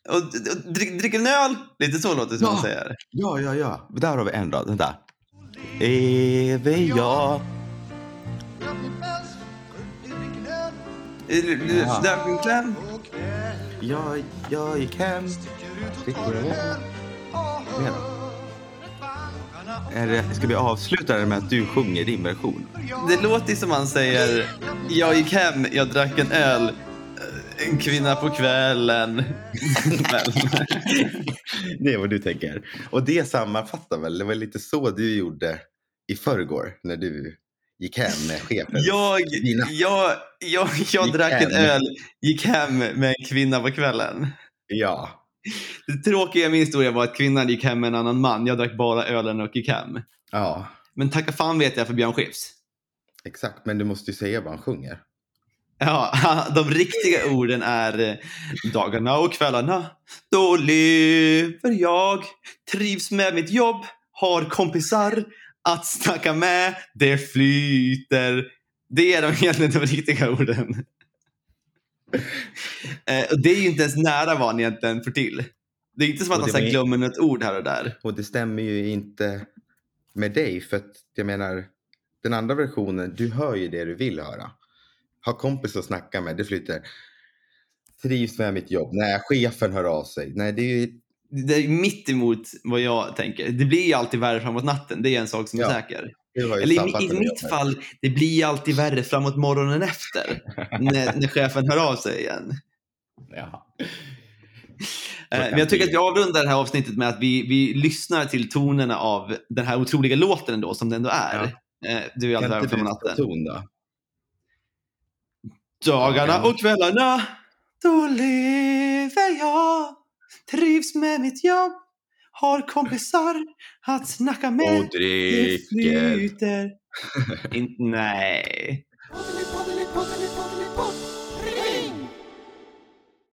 [SPEAKER 2] och, och, drick, drick en öl? Lite så låter det som
[SPEAKER 1] Ja.
[SPEAKER 2] han säger.
[SPEAKER 1] Ja, ja, ja. Där har vi en rad. Vänta. Evig jag.
[SPEAKER 6] Jag blir bäst, upp i regnen,
[SPEAKER 1] Ja.
[SPEAKER 2] Där min kläm.
[SPEAKER 6] och kvällen.
[SPEAKER 1] Jag, jag gick hem. Är det, ska vi avsluta det med att du sjunger din version?
[SPEAKER 2] Det låter som han säger, jag gick hem, jag drack en öl, eh, en kvinna på
[SPEAKER 1] [laughs]
[SPEAKER 2] kvällen. Väl.
[SPEAKER 1] Det är vad du tänker. Och det sammanfattar väl? Det var lite så du gjorde i förrgår när du gick hem med chefen.
[SPEAKER 2] Jag,
[SPEAKER 1] Dina.
[SPEAKER 2] jag, jag, jag
[SPEAKER 1] Gick
[SPEAKER 2] drack en
[SPEAKER 1] hem.
[SPEAKER 2] öl, gick hem med en kvinna på kvällen.
[SPEAKER 1] Ja.
[SPEAKER 2] Det tråkiga i min historia var att kvinnan gick hem med en annan man. Jag drack bara ölen och gick hem.
[SPEAKER 1] Ja,
[SPEAKER 2] Men tacka fan vet jag för Björn Skifs.
[SPEAKER 1] exakt. Men du måste ju säga vad han sjunger.
[SPEAKER 2] Ja, [laughs] de riktiga orden är eh, dagarna och kvällarna. Då lever jag, trivs med mitt jobb, har kompisar att snacka med, det flyter. Det är de [laughs] egentligen de riktiga orden. Eh, och Det är ju inte ens nära vad han egentligen får till. Det är inte som att
[SPEAKER 1] Och
[SPEAKER 2] han
[SPEAKER 1] det
[SPEAKER 2] så här
[SPEAKER 1] var-
[SPEAKER 2] glömmer något ord här och där.
[SPEAKER 1] Och det stämmer ju inte med dig. För att jag menar, den andra versionen, du hör ju det du vill höra. Ha kompis att snacka med, det flyter. Trivs med mitt jobb. Nej, chefen hör av sig. Nej, det är ju...
[SPEAKER 2] det är mitt emot vad jag tänker. Det blir ju alltid värre framåt natten. Det är en sak som är
[SPEAKER 1] Ja,
[SPEAKER 2] säker.
[SPEAKER 1] Du har ju
[SPEAKER 2] Eller i,
[SPEAKER 1] sabbat
[SPEAKER 2] mi- i
[SPEAKER 1] det
[SPEAKER 2] mitt
[SPEAKER 1] jobbet.
[SPEAKER 2] fall, det blir ju alltid värre framåt
[SPEAKER 1] [laughs]
[SPEAKER 2] morgonen efter. när, när chefen hör av sig igen.
[SPEAKER 1] Jaha.
[SPEAKER 2] Eh,
[SPEAKER 1] kan
[SPEAKER 2] Men jag tycker
[SPEAKER 1] det
[SPEAKER 2] att jag avrundar det här avsnittet med att vi, vi lyssnar till tonerna av den här otroliga låten ändå, som den ändå är. Eh, Du är alltid
[SPEAKER 1] Kan
[SPEAKER 2] värre
[SPEAKER 1] inte du
[SPEAKER 2] framåt
[SPEAKER 1] ta
[SPEAKER 2] natten.
[SPEAKER 1] ton då?
[SPEAKER 2] Dagarna
[SPEAKER 1] dagen?
[SPEAKER 2] och kvällarna, då lever jag. Trivs med mitt jobb, har kompisar att snacka med.
[SPEAKER 1] Och dricker.
[SPEAKER 2] In, nej.
[SPEAKER 6] Poddeli, poddeli, poddeli, poddeli,